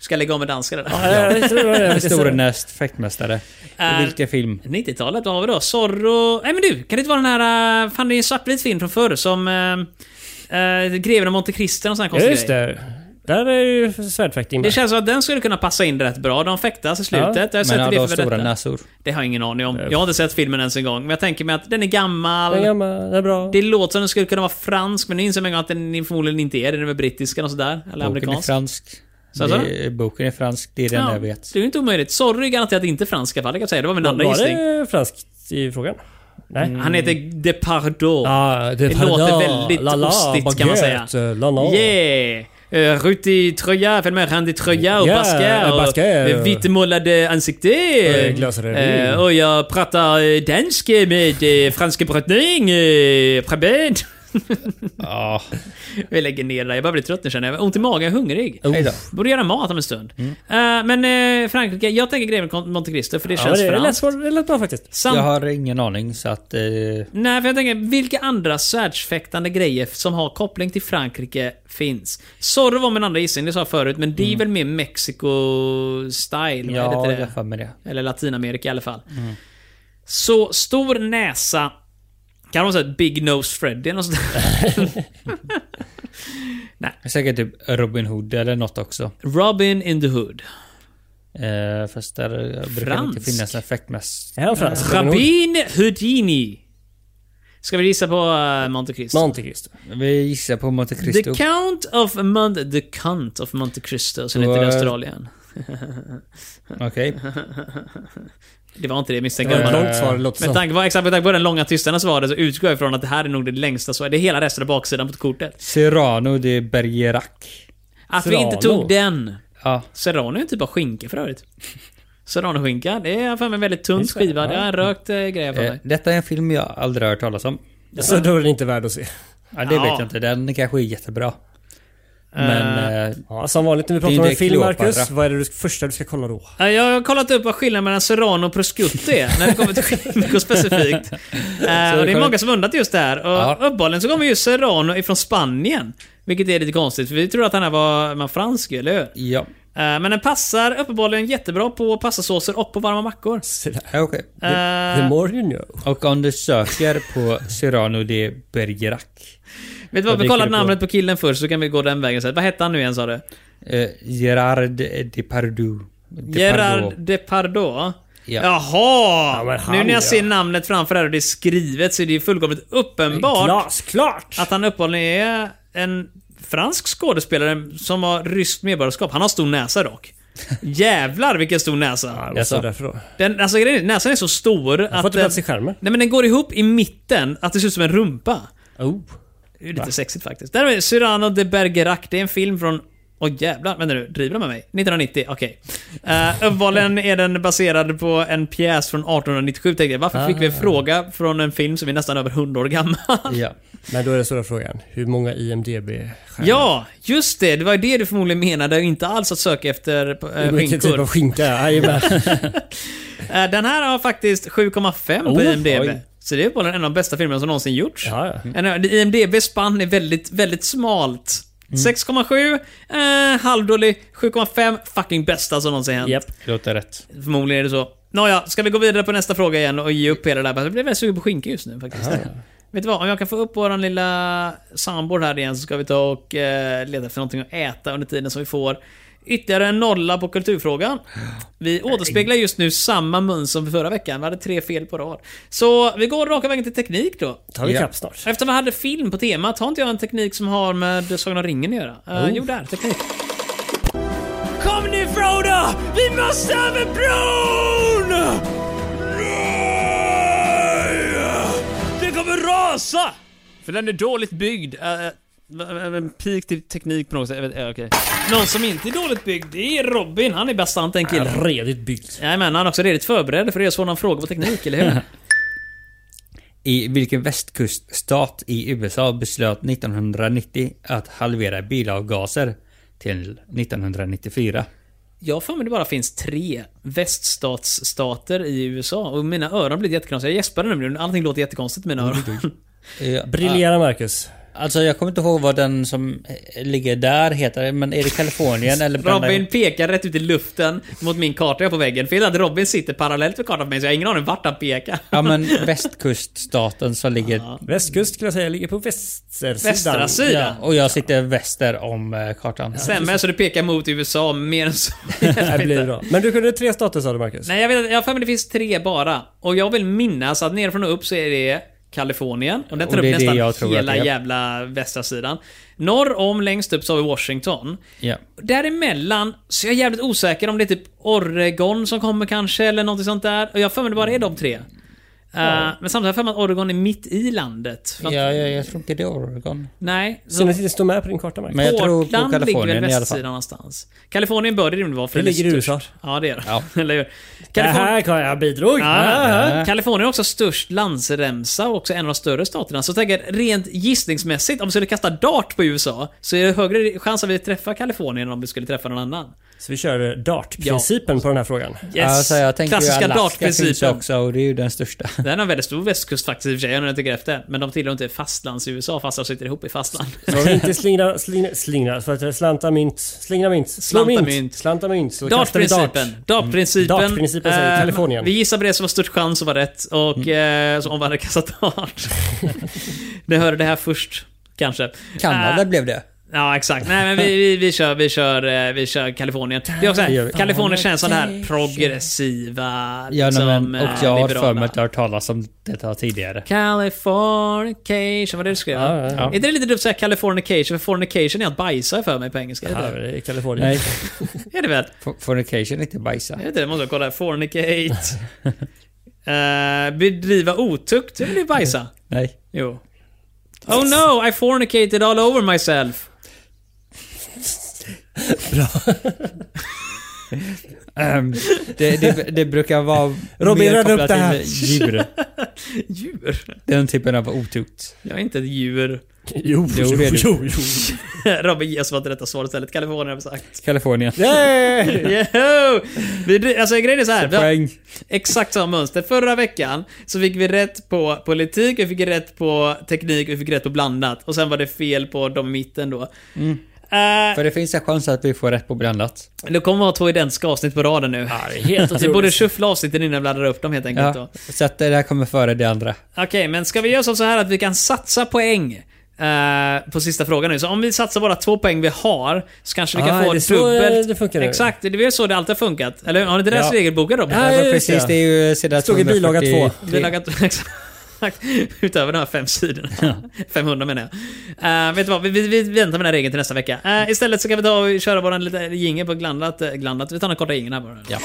[SPEAKER 1] Ska jag lägga av med danska där.
[SPEAKER 2] Ja, jag tror det.
[SPEAKER 1] *laughs*
[SPEAKER 4] ja. Stornäst fäktmästare.
[SPEAKER 1] Äh,
[SPEAKER 4] I vilken film?
[SPEAKER 1] 90-talet, vad har vi då? Zorro... Nej men du, kan det inte vara den här... äh, Fan det är en svartvit film från förr som... Äh, äh, Greven av Monte Cristo och sån här
[SPEAKER 2] Ja,
[SPEAKER 1] konstig
[SPEAKER 2] just
[SPEAKER 1] grej.
[SPEAKER 2] det. Där är ju svärdfäktning
[SPEAKER 1] Det
[SPEAKER 2] med.
[SPEAKER 1] känns som att den skulle kunna passa in rätt bra. De fäktas i slutet.
[SPEAKER 2] Ja,
[SPEAKER 1] jag har
[SPEAKER 4] Men
[SPEAKER 1] sett
[SPEAKER 4] han
[SPEAKER 1] det
[SPEAKER 4] har
[SPEAKER 1] för
[SPEAKER 4] stora
[SPEAKER 1] detta.
[SPEAKER 4] näsor.
[SPEAKER 1] Det har jag ingen aning om. Jag har inte sett filmen ens en gång. Men jag tänker mig att den är gammal.
[SPEAKER 2] Den gamla, den är bra.
[SPEAKER 1] Det låter som den skulle kunna vara fransk, men nu inser jag en gång att den förmodligen inte är det. Den är väl brittisk eller sådär. Eller
[SPEAKER 4] Boken är
[SPEAKER 1] amerikansk.
[SPEAKER 4] fransk.
[SPEAKER 1] Så,
[SPEAKER 4] Det
[SPEAKER 1] så?
[SPEAKER 4] är- Boken är fransk, det är det enda
[SPEAKER 1] *laughs*
[SPEAKER 4] jag vet.
[SPEAKER 1] Det är ju inte omöjligt. Sorry är garanterat inte fransk i alla fall, det kan jag säga. Det var min andra
[SPEAKER 2] Var
[SPEAKER 1] gissning.
[SPEAKER 2] det franskt i frågan? Nej.
[SPEAKER 1] Han heter
[SPEAKER 4] Mm.
[SPEAKER 1] Depardieu.
[SPEAKER 2] Ah, det
[SPEAKER 1] Det låter väldigt ostigt, kan man säga.
[SPEAKER 2] La la.
[SPEAKER 1] Yeah! Eh, Rutig tröja, följ med randig tröja och
[SPEAKER 2] Yeah,
[SPEAKER 1] basker. Och
[SPEAKER 2] basker.
[SPEAKER 1] eh, vitmålade ansikte.
[SPEAKER 2] Eh, glasrevy.
[SPEAKER 1] Eh, och jag pratar eh, dansk med eh, franske drottning. eh, Preben. *laughs*
[SPEAKER 4] Ja,
[SPEAKER 1] Vi lägger ner det där. Jag börjar bli trött nu känner jag. Ont i magen, jag är hungrig.
[SPEAKER 2] Oh.
[SPEAKER 4] hej då.
[SPEAKER 1] Borde göra mat om en stund.
[SPEAKER 2] Mm.
[SPEAKER 1] Eh, men eh, Frankrike, jag tänker grejen med Monte Cristo för det
[SPEAKER 2] Ja, men
[SPEAKER 1] känns
[SPEAKER 2] det lät
[SPEAKER 1] franskt.
[SPEAKER 2] svårt- det lät bra faktiskt.
[SPEAKER 1] Sam-
[SPEAKER 4] Jag har ingen aning så att... Eh,
[SPEAKER 1] Nej, för jag tänker, vilka andra svärdsfäktande grejer som har koppling till Frankrike finns? Zorro var min andra gissning, det sa jag förut, men det är väl mer Mexico-style? vad
[SPEAKER 4] Mm. ja,
[SPEAKER 1] heter
[SPEAKER 4] jag har med det.
[SPEAKER 1] Eller Latinamerika i alla fall.
[SPEAKER 4] Mm.
[SPEAKER 1] Så, stor näsa. Kan de säga ett Big Nose Freddy eller något sånt
[SPEAKER 4] *laughs*
[SPEAKER 1] där?
[SPEAKER 4] Säkert typ Robin Hood eller något också.
[SPEAKER 1] Robin in the Hood.
[SPEAKER 4] Eh, fast där brukar det
[SPEAKER 1] Fransk.
[SPEAKER 4] inte finnas en fäktmästare.
[SPEAKER 2] Är han fransk?
[SPEAKER 1] Rabin Houdini. Ska vi gissa på eh, Monte Cristo?
[SPEAKER 2] Monte Cristo.
[SPEAKER 4] Vi gissar på Monte Cristo.
[SPEAKER 1] The Count of Monte... The Count of Monte Cristo, som
[SPEAKER 4] Så,
[SPEAKER 1] heter i
[SPEAKER 4] eh,
[SPEAKER 1] Australien.
[SPEAKER 4] Okej.
[SPEAKER 1] Det var inte det jag misstänkte.
[SPEAKER 2] Det var
[SPEAKER 4] eh,
[SPEAKER 2] ett
[SPEAKER 1] men-
[SPEAKER 2] långt svar, det låter
[SPEAKER 1] Med
[SPEAKER 2] som.
[SPEAKER 1] tanke på, exakt med tanke på den långa tystnaden så var det så utgår jag ifrån att det här är nog det längsta svaret. Det är hela resten av baksidan på kortet.
[SPEAKER 4] Serrano de Bergerac.
[SPEAKER 1] Att vi
[SPEAKER 2] Serrano.
[SPEAKER 1] inte tog den.
[SPEAKER 4] Ja.
[SPEAKER 1] Serrano är en typ av skinka för övrigt. Serranoskinka, det är för mig en väldigt tunn skiva. Det är en rökt eh, grej för
[SPEAKER 4] Eh,
[SPEAKER 1] mig.
[SPEAKER 4] detta är en film jag aldrig har hört talas om.
[SPEAKER 2] Så då är den inte värd att se.
[SPEAKER 4] Ja, det
[SPEAKER 1] Ja.
[SPEAKER 4] vet jag inte. Den kanske är jättebra. Men... eh,
[SPEAKER 2] Ja, som vanligt när vi
[SPEAKER 4] Det är
[SPEAKER 2] pratar om
[SPEAKER 4] det
[SPEAKER 2] en film,
[SPEAKER 4] Kleopatra.
[SPEAKER 2] Marcus. Vad är det du, första du ska kolla då?
[SPEAKER 1] Ja, eh, Jag har kollat upp vad skillnaden mellan Serrano och Prosciutto är när det kommer till skinko
[SPEAKER 4] *laughs*
[SPEAKER 1] specifikt. Eh, och det är
[SPEAKER 4] kommer-
[SPEAKER 1] många som undrat just det här. Och
[SPEAKER 4] Ja.
[SPEAKER 1] Uppenbarligen så kommer ju Serrano ifrån Spanien. Vilket är lite konstigt, för vi tror att han här var man fransk ju, eller hur?
[SPEAKER 4] ja.
[SPEAKER 1] Eh, Men den passar uppenbarligen jättebra på pastasåser och på varma mackor.
[SPEAKER 2] Se där.
[SPEAKER 4] Ja, Okej.
[SPEAKER 1] Eh,
[SPEAKER 2] The more you know.
[SPEAKER 4] Och om du söker på Serrano de Bergerac.
[SPEAKER 1] vet du vad,
[SPEAKER 4] vad
[SPEAKER 1] vi
[SPEAKER 4] dyker
[SPEAKER 1] kollar
[SPEAKER 4] det på?
[SPEAKER 1] namnet på killen först så kan vi gå den vägen sen. Vad hette han nu igen sa du?
[SPEAKER 4] Eh, Gerard Depardieu. Depardieu.
[SPEAKER 1] Gerard Depardieu?
[SPEAKER 4] Ja.
[SPEAKER 1] Jaha!
[SPEAKER 2] Ja, men han,
[SPEAKER 1] nu när jag
[SPEAKER 2] ja.
[SPEAKER 1] ser namnet framför här och det är skrivet så är det ju fullkomligt uppenbart
[SPEAKER 2] Glasklart!
[SPEAKER 1] att han uppenbarligen är en fransk skådespelare som har ryskt medborgarskap. Han har stor näsa
[SPEAKER 2] *laughs*
[SPEAKER 1] dock. Jävlar vilken stor
[SPEAKER 2] Ja,
[SPEAKER 1] näsa!
[SPEAKER 2] det var
[SPEAKER 4] Jag
[SPEAKER 2] så
[SPEAKER 4] sa.
[SPEAKER 2] därför då.
[SPEAKER 1] Den, alltså, grejen är, näsan är så stor
[SPEAKER 2] Han
[SPEAKER 1] att...
[SPEAKER 2] får inte
[SPEAKER 1] den-
[SPEAKER 2] plats i skärmen.
[SPEAKER 1] Nej men den går ihop i mitten, att det ser ut som en rumpa.
[SPEAKER 2] Oh.
[SPEAKER 1] Det är ju lite sexigt faktiskt. Där har vi Cyrano de Bergerac. Det är en film från... Åh jävlar, vänta nu. Driver de med mig? 1990, okej. Okay. uppenbarligen är den baserad på en pjäs från 1897 tänkte jag. Varför fick vi en
[SPEAKER 2] Ah.
[SPEAKER 1] fråga från en film som är nästan över 100 år gammal? *laughs*
[SPEAKER 4] Ja.
[SPEAKER 2] Men då är den stora frågan. Hur många IMDB-stjärnor?
[SPEAKER 1] ja, just det. Det var ju det du förmodligen menade. och Inte alls att söka efter eh,
[SPEAKER 2] Vilken
[SPEAKER 1] skinkor.
[SPEAKER 2] typ av skinka? Jajamän.
[SPEAKER 1] Eh, den här har faktiskt 7,5 på
[SPEAKER 2] Oh,
[SPEAKER 1] IMDB.
[SPEAKER 2] oj.
[SPEAKER 1] Så det är uppenbarligen en av de bästa filmerna som någonsin gjorts.
[SPEAKER 2] Ja, ja.
[SPEAKER 1] En- IMDBs spann är väldigt, väldigt smalt.
[SPEAKER 2] Mm.
[SPEAKER 1] 6,7, eh, halvdålig, 7,5, fucking bästa som någonsin hänt.
[SPEAKER 2] Japp.
[SPEAKER 4] Låter rätt.
[SPEAKER 1] Förmodligen är det så. Nåja, ska vi gå vidare på nästa fråga igen och ge upp hela det där? Jag blir väldigt sugen på skinka just nu faktiskt. Vet du vad? Om jag kan få upp våran lilla soundboard här igen så ska vi ta och eh, leta efter någonting att äta under tiden som vi får ytterligare en nolla på kulturfrågan. Vi återspeglar just nu samma mun som förra veckan. Vi hade tre fel på rad. Så vi går raka vägen till teknik då.
[SPEAKER 2] Tar vi
[SPEAKER 4] Ja.
[SPEAKER 2] kapp snart?
[SPEAKER 1] Eftersom vi hade film på temat, har inte jag en teknik som har med Sagan om ringen att göra? Eh,
[SPEAKER 2] Oh.
[SPEAKER 1] Jo, där. Teknik.
[SPEAKER 7] Kom nu Frodo! Vi måste över bron! Nej! Det kommer rasa!
[SPEAKER 1] För den är dåligt byggd. Eh, eh, En pik till teknik på något sätt. Jag vet- eh, okej. Någon som inte är dåligt byggd, det är Robin. Han är bastant den killen.
[SPEAKER 2] Redigt byggt.
[SPEAKER 1] Jajamän, han är också redigt förberedd för att ge sådana frågor på teknik, eller hur?
[SPEAKER 4] I vilken västkuststat i USA beslöt 1990 att halvera bilavgaser till 1994?
[SPEAKER 1] Jag har för mig det bara finns tre väststatsstater i USA och mina öron blir jättekonstiga. Jag gäspade nämligen. Allting låter jättekonstigt i mina öron.
[SPEAKER 4] Ja,
[SPEAKER 2] Briljera Marcus.
[SPEAKER 4] Alltså jag kommer inte ihåg vad den som eh, ligger där heter, men är det Kalifornien eller
[SPEAKER 1] *laughs*
[SPEAKER 4] blandar-
[SPEAKER 1] Robin pekar rätt ut i luften mot min karta jag har på väggen. Fel att Robin sitter parallellt med kartan på mig så jag har ingen aning vart han pekar.
[SPEAKER 4] Ja men västkuststaten som
[SPEAKER 1] Ah,
[SPEAKER 4] ligger...
[SPEAKER 2] Västkust skulle jag säga ligger på västersidan.
[SPEAKER 1] Västra
[SPEAKER 4] Ja,
[SPEAKER 1] sidan.
[SPEAKER 4] och jag sitter väster om eh, kartan.
[SPEAKER 1] Stämmer, så det pekar mot USA mer än
[SPEAKER 4] *laughs*
[SPEAKER 1] så.
[SPEAKER 2] *laughs* Det blir bra. Men du kunde tre stater sa du Marcus?
[SPEAKER 1] Nej, jag vet att- jag har för mig det finns tre bara. Och jag vill minnas att nerifrån och upp så är det Kalifornien. Och den
[SPEAKER 4] Och
[SPEAKER 1] tar upp
[SPEAKER 4] det är det jag
[SPEAKER 1] nästan
[SPEAKER 4] tror att
[SPEAKER 1] hela
[SPEAKER 4] det är.
[SPEAKER 1] jävla västra sidan. Norr om, längst upp, så har vi Washington.
[SPEAKER 4] Ja.
[SPEAKER 1] Däremellan så är jag jävligt osäker om det är typ Oregon som kommer kanske, eller något sånt där. Och jag har för mig det bara är de tre. Eh, men samtidigt har jag för mig att Oregon är mitt i landet. För
[SPEAKER 4] Ja,
[SPEAKER 1] att,
[SPEAKER 4] ja, jag tror inte det är Oregon.
[SPEAKER 1] Nej. så-
[SPEAKER 2] Synd att det inte står med på din karta Marcus.
[SPEAKER 4] Men jag tror på
[SPEAKER 1] Portland ligger väl
[SPEAKER 4] Kalifornien i alla
[SPEAKER 1] västsidan
[SPEAKER 4] fall.
[SPEAKER 1] någonstans. Kalifornien bör det rimligen vara för
[SPEAKER 2] Det
[SPEAKER 1] är
[SPEAKER 2] ligger i
[SPEAKER 1] störst.
[SPEAKER 2] USA.
[SPEAKER 1] Ja, det är det.
[SPEAKER 4] Ja.
[SPEAKER 1] *laughs* Eller hur?
[SPEAKER 2] Det
[SPEAKER 1] Kalifornien...
[SPEAKER 2] Äh, här kan jag bidrog. Äh,
[SPEAKER 1] Ja, Kalifornien har också störst landsremsa och också en av de större staterna. Så jag tänker rent gissningsmässigt, om vi skulle kasta dart på USA, så är det högre chans att vi träffar Kalifornien än om vi skulle träffa någon annan.
[SPEAKER 2] Så vi kör dartprincipen på den här frågan.
[SPEAKER 1] Yes!
[SPEAKER 4] Alltså, jag tänker ju
[SPEAKER 1] Klassiska
[SPEAKER 4] Alaska finns ju
[SPEAKER 1] dartprincipen.
[SPEAKER 4] också och det är ju den största. *laughs*
[SPEAKER 1] Den har väldigt stor västkust faktiskt i och för sig, när jag tänker efter. Men de tillhör inte fastlands-USA, fast de sitter ihop i fastland.
[SPEAKER 2] Så om vi inte slingrar, slingrar, slingrar, för att det är slanta mynt, slingra mynt, slå
[SPEAKER 1] Slanta
[SPEAKER 2] mynt,
[SPEAKER 1] mynt.
[SPEAKER 2] slanta mynt. Så kastar vi
[SPEAKER 1] Dartprincipen.
[SPEAKER 4] Mm.
[SPEAKER 1] Dartprincipen.
[SPEAKER 2] Dartprincipen säger
[SPEAKER 1] Eh,
[SPEAKER 2] Kalifornien.
[SPEAKER 1] Vi gissar på det som var störst chans att vara rätt och
[SPEAKER 4] Mm.
[SPEAKER 1] eh, så om vi
[SPEAKER 4] *laughs*
[SPEAKER 1] hade kastat dart. Ni hörde det här först, kanske.
[SPEAKER 4] Kanada
[SPEAKER 1] Eh,
[SPEAKER 4] blev det.
[SPEAKER 1] Ja, exakt. Nej, men vi, vi, vi, kör, vi, kör, eh, vi kör Kalifornien. Det är också
[SPEAKER 2] Det gör vi.
[SPEAKER 1] här, Kalifornien känns som det här progressiva,
[SPEAKER 4] Ja,
[SPEAKER 1] liksom,
[SPEAKER 4] men, och
[SPEAKER 1] eh,
[SPEAKER 4] jag har för mig
[SPEAKER 1] liberala.
[SPEAKER 4] att jag har hört talas om detta tidigare.
[SPEAKER 1] Californication, vad är det du skrev?
[SPEAKER 2] Ja, ja, ja.
[SPEAKER 1] Är inte det lite dumt att säga Californication? För fornication är att bajsa för mig på engelska. Är
[SPEAKER 2] Ja,
[SPEAKER 1] det,
[SPEAKER 2] det är Kalifornien.
[SPEAKER 4] Nej,
[SPEAKER 1] det? är det väl?
[SPEAKER 4] for- fornication är inte bajsa.
[SPEAKER 1] Jag vet inte, det måste jag kolla. Fornicate. *laughs* Eh, bedriva otukt, det är väl det bajsa?
[SPEAKER 4] Nej.
[SPEAKER 1] Jo. Oh no, I fornicated all over myself.
[SPEAKER 4] Ehm, det, det, det brukar vara
[SPEAKER 2] Robin,
[SPEAKER 4] mer
[SPEAKER 2] rädda upp
[SPEAKER 4] kopplat
[SPEAKER 2] det här.
[SPEAKER 4] till djur.
[SPEAKER 1] Djur?
[SPEAKER 4] Den typen av otukt.
[SPEAKER 1] Jag är inte ett djur. *laughs*
[SPEAKER 2] Jo,
[SPEAKER 4] Jo,
[SPEAKER 2] jo,
[SPEAKER 4] det är det.
[SPEAKER 2] jo, jo.
[SPEAKER 1] Robin ger oss vad det rätta svaret istället. Kalifornien har vi sagt. *laughs*
[SPEAKER 4] Kalifornien.
[SPEAKER 2] Nej!
[SPEAKER 1] Yo! Vi, alltså grejen är så här. Vi har
[SPEAKER 4] *laughs* Poäng.
[SPEAKER 1] exakt samma mönster. Förra veckan så fick vi rätt på politik, vi fick rätt på teknik, vi fick rätt på blandat. Och sen var det fel på de i mitten då.
[SPEAKER 2] Mm.
[SPEAKER 1] Eh,
[SPEAKER 4] För det finns en chans att vi får rätt på blandat.
[SPEAKER 1] det kommer vara två identiska avsnitt på raden nu.
[SPEAKER 2] Ja, det är helt
[SPEAKER 1] Vi borde
[SPEAKER 2] otroligt.
[SPEAKER 1] shuffla avsnitten innan vi laddar upp dem helt enkelt då.
[SPEAKER 4] Ja, så att det där kommer före det andra.
[SPEAKER 1] Okej, men ska vi göra som så här att vi kan satsa poäng eh, på sista frågan nu. Så om vi satsar bara två poäng vi har, så kanske vi kan
[SPEAKER 2] Ah,
[SPEAKER 1] få
[SPEAKER 2] det är så, eh,
[SPEAKER 1] dubbelt.
[SPEAKER 2] det funkar nu.
[SPEAKER 1] Exakt, det är väl så det alltid har funkat. Eller har ni inte läst
[SPEAKER 2] Ja.
[SPEAKER 1] regelboken Robin?
[SPEAKER 2] Nej,
[SPEAKER 4] Ja,
[SPEAKER 2] just
[SPEAKER 4] precis,
[SPEAKER 2] det.
[SPEAKER 4] det är ju sida
[SPEAKER 2] Stod i bilaga
[SPEAKER 4] 243.
[SPEAKER 2] två.
[SPEAKER 1] Det är något- *laughs* Exakt. Utöver de här fem sidorna. *laughs* 500 menar jag. Eh, vet du vad, vi, vi, vi väntar med den här regeln till nästa vecka. Eh, istället så kan vi ta och köra våran lilla jingel på glandat, eh, glandat. Vi tar den korta jingeln här bara.
[SPEAKER 4] Ja.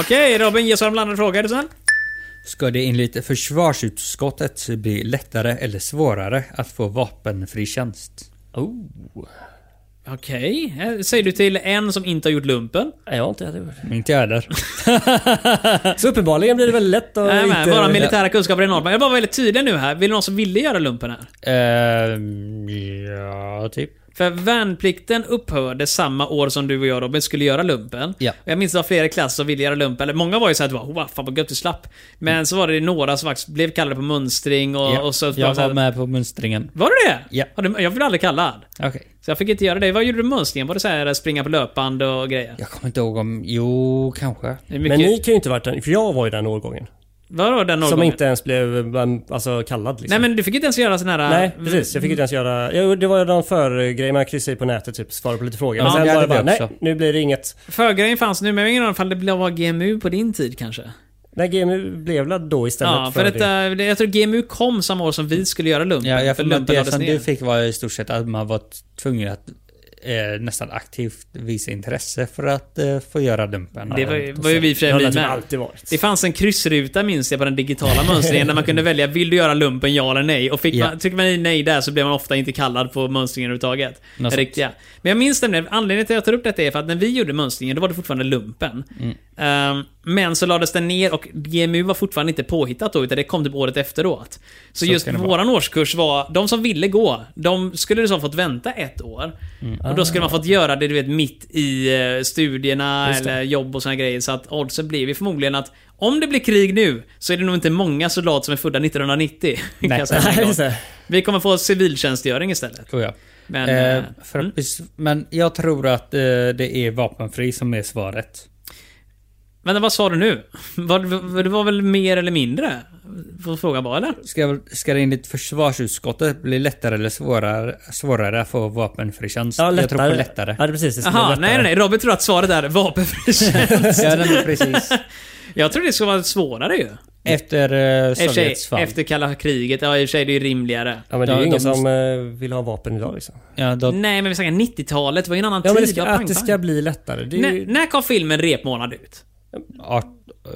[SPEAKER 1] Okej Robin, ge oss en blandad fråga. Är du snäll?
[SPEAKER 4] Ska det enligt försvarsutskottet bli lättare eller svårare att få vapenfri tjänst?
[SPEAKER 1] Okej, eh, säger du till en som inte har gjort lumpen?
[SPEAKER 2] Nej, jag har inte heller.
[SPEAKER 4] Inte jag heller.
[SPEAKER 2] Så uppenbarligen blir det väl lätt att
[SPEAKER 1] Nej, men
[SPEAKER 2] inte...
[SPEAKER 1] våra militära kunskaper är enorma. Jag är bara väldigt tydlig nu här. Vill det någon som ville göra lumpen här?
[SPEAKER 4] Ehm, ja, typ.
[SPEAKER 1] För värnplikten upphörde samma år som du och jag Robin skulle göra lumpen.
[SPEAKER 4] Ja.
[SPEAKER 1] Och jag minns det var flera i klassen som ville göra lumpen. Eller många var ju såhär att oh, fan vad gött du slapp. Men så var det några som faktiskt blev kallade på mönstring och,
[SPEAKER 4] Mm. Ja,
[SPEAKER 1] och så...
[SPEAKER 4] jag
[SPEAKER 1] så här-
[SPEAKER 4] var med på mönstringen.
[SPEAKER 1] Var du det?
[SPEAKER 4] Ja.
[SPEAKER 1] Har du- Jag blev aldrig kallad.
[SPEAKER 4] Okej.
[SPEAKER 1] Så jag fick inte göra det. Vad gjorde du med mönstringen? Var det såhär springa på löpande och grejer?
[SPEAKER 4] Jag kommer inte ihåg om... Jo, kanske.
[SPEAKER 1] Det är
[SPEAKER 2] Men
[SPEAKER 1] mycket...
[SPEAKER 2] ni kan ju inte varit den, för jag var ju den årgången.
[SPEAKER 1] Vadå den
[SPEAKER 2] Som
[SPEAKER 1] årgången?
[SPEAKER 2] inte ens blev um, alltså, kallad liksom.
[SPEAKER 1] Nej men du fick inte ens göra sån här... eh,
[SPEAKER 2] Nej, precis. Jag fick inte ens göra... Jo, det var ju någon förgrej man kryssade i på nätet, typ svara på lite frågor.
[SPEAKER 4] Ja,
[SPEAKER 2] Men
[SPEAKER 4] det
[SPEAKER 2] sen var
[SPEAKER 4] hade
[SPEAKER 2] det bara,
[SPEAKER 4] vi också.
[SPEAKER 2] nej, nu blir det inget.
[SPEAKER 1] Förgrejen fanns nu, men jag har ingen aning om det blev- var GMU på din tid kanske?
[SPEAKER 2] Nej, GMU blev väl då istället
[SPEAKER 1] Ja, för eh,
[SPEAKER 2] det.
[SPEAKER 1] detta, jag tror GMU kom samma år som vi skulle göra lumpen.
[SPEAKER 4] Ja, jag
[SPEAKER 1] för
[SPEAKER 4] får med att det
[SPEAKER 1] lades
[SPEAKER 4] som
[SPEAKER 1] ner.
[SPEAKER 4] du fick var i stort sett att man var tvungen att eh, nästan aktivt visa intresse för att eh, få göra lumpen.
[SPEAKER 1] Det var, ju- var ju vi i och för
[SPEAKER 2] Det har
[SPEAKER 1] sig vi
[SPEAKER 2] det typ
[SPEAKER 1] med.
[SPEAKER 2] alltid varit.
[SPEAKER 1] Det fanns en kryssruta minns jag på den digitala mönstringen där man kunde välja vill du göra lumpen ja eller nej. Och fick
[SPEAKER 4] Ja.
[SPEAKER 1] man, tycker man i nej där så blev man ofta inte kallad på mönstringen överhuvudtaget.
[SPEAKER 4] Något
[SPEAKER 1] Den
[SPEAKER 4] sånt.
[SPEAKER 1] riktiga. Men jag minns nämligen, anledningen till att jag tar upp detta är för att när vi gjorde mönstringen då var det fortfarande lumpen. Ehm, men så lades den ner och GMU var fortfarande inte påhittat då utan det kom typ året efteråt. Så, just
[SPEAKER 4] kan det vara.
[SPEAKER 1] våran årskurs var, de som ville gå, de skulle liksom fått vänta ett år. Och då skulle man fått göra det du vet mitt i eh, studierna eller jobb och såna grejer. Så att oddsen blir ju förmodligen att om det blir krig nu så är det nog inte många soldater som är födda 1990. kan jag säga
[SPEAKER 2] Nej,
[SPEAKER 1] en gång.
[SPEAKER 2] just det.
[SPEAKER 1] Vi kommer få civiltjänstgöring istället.
[SPEAKER 4] Tror jag.
[SPEAKER 1] Men,
[SPEAKER 4] eh,
[SPEAKER 1] eh,
[SPEAKER 4] för att bes- men jag tror att eh, det är vapenfri som är svaret.
[SPEAKER 1] Vänta, vad sa du nu? Var, var- det var väl mer eller mindre? Vad frågan var eller?
[SPEAKER 4] Ska, ska det enligt försvarsutskottet bli lättare eller svårare, svårare att få vapenfri tjänst?
[SPEAKER 2] Ja, lättare.
[SPEAKER 4] Jag tror på lättare.
[SPEAKER 2] Ja, det är precis. Det skulle
[SPEAKER 1] Jaha,
[SPEAKER 2] bli
[SPEAKER 1] nej nej,
[SPEAKER 2] lättare.
[SPEAKER 1] nej. Robert tror att svaret är vapenfri
[SPEAKER 2] *laughs*
[SPEAKER 1] tjänst.
[SPEAKER 4] ja, nej, men precis.
[SPEAKER 1] Jag tror det ska vara svårare ju.
[SPEAKER 4] *laughs* Efter eh,
[SPEAKER 1] I och för sig,
[SPEAKER 4] Sovjets fall.
[SPEAKER 1] efter kalla kriget, ja i och för sig det är ju rimligare.
[SPEAKER 2] Ja, men det är
[SPEAKER 4] Ja,
[SPEAKER 2] ju ingen
[SPEAKER 4] de-
[SPEAKER 2] som eh, vill ha vapen idag liksom.
[SPEAKER 4] Ja, då,
[SPEAKER 1] Nej men vi snackar 90-talet, det var ju en annan
[SPEAKER 2] Ja,
[SPEAKER 1] tid.
[SPEAKER 2] men det ska,
[SPEAKER 1] var Mm. pang,
[SPEAKER 2] att det
[SPEAKER 1] pang.
[SPEAKER 2] ska bli lättare. Det är
[SPEAKER 1] När-
[SPEAKER 2] ju...
[SPEAKER 1] när kom filmen Repmånad ut?
[SPEAKER 4] art,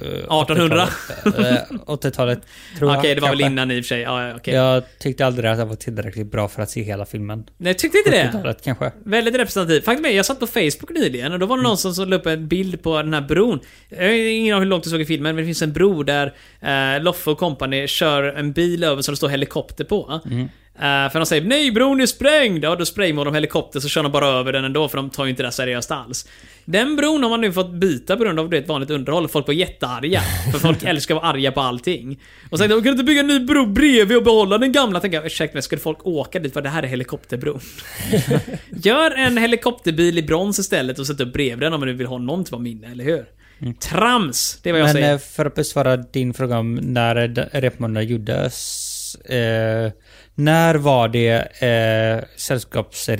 [SPEAKER 4] eh,
[SPEAKER 1] 1800?
[SPEAKER 4] 80-talet, eh, 80-talet tror
[SPEAKER 1] Okej,
[SPEAKER 4] jag.
[SPEAKER 1] det var väl
[SPEAKER 4] kanske.
[SPEAKER 1] innan i och för sig. Ja, ja, okej.
[SPEAKER 4] Jag tyckte aldrig att jag var tillräckligt bra för att se hela filmen.
[SPEAKER 1] Nej, jag tyckte inte det.
[SPEAKER 4] 80-talet kanske.
[SPEAKER 1] Väldigt representativ. Faktum är, jag satt på Facebook nyligen och då var det någon som, som la upp en bild på den här bron. Jag har ingen aning hur långt du såg i filmen, men det finns en bro där eh, Loffe och kompani kör en bil över som det står helikopter på. Eh, för de säger nej bron är sprängd! Ja, då spraymålar de helikopter så kör de bara över den ändå för de tar ju inte det här seriöst alls. Den bron har man nu fått byta på grund av det ett vanligt underhåll. Folk var jättearga. För folk älskar att vara arga på allting. Och sen, de kunde inte bygga en ny bro bredvid och behålla den gamla. Tänker jag, ursäkta mig, skulle folk åka dit för det här är helikopterbron? Gör en helikopterbil i brons istället och sätt upp bredvid den om du vill ha någon typ av minne, eller hur? Trams! Det är vad jag
[SPEAKER 4] Mm. Men
[SPEAKER 1] säger.
[SPEAKER 4] eh, för att besvara din fråga om när d- repmånaden gjordes. Eh, när var det eh,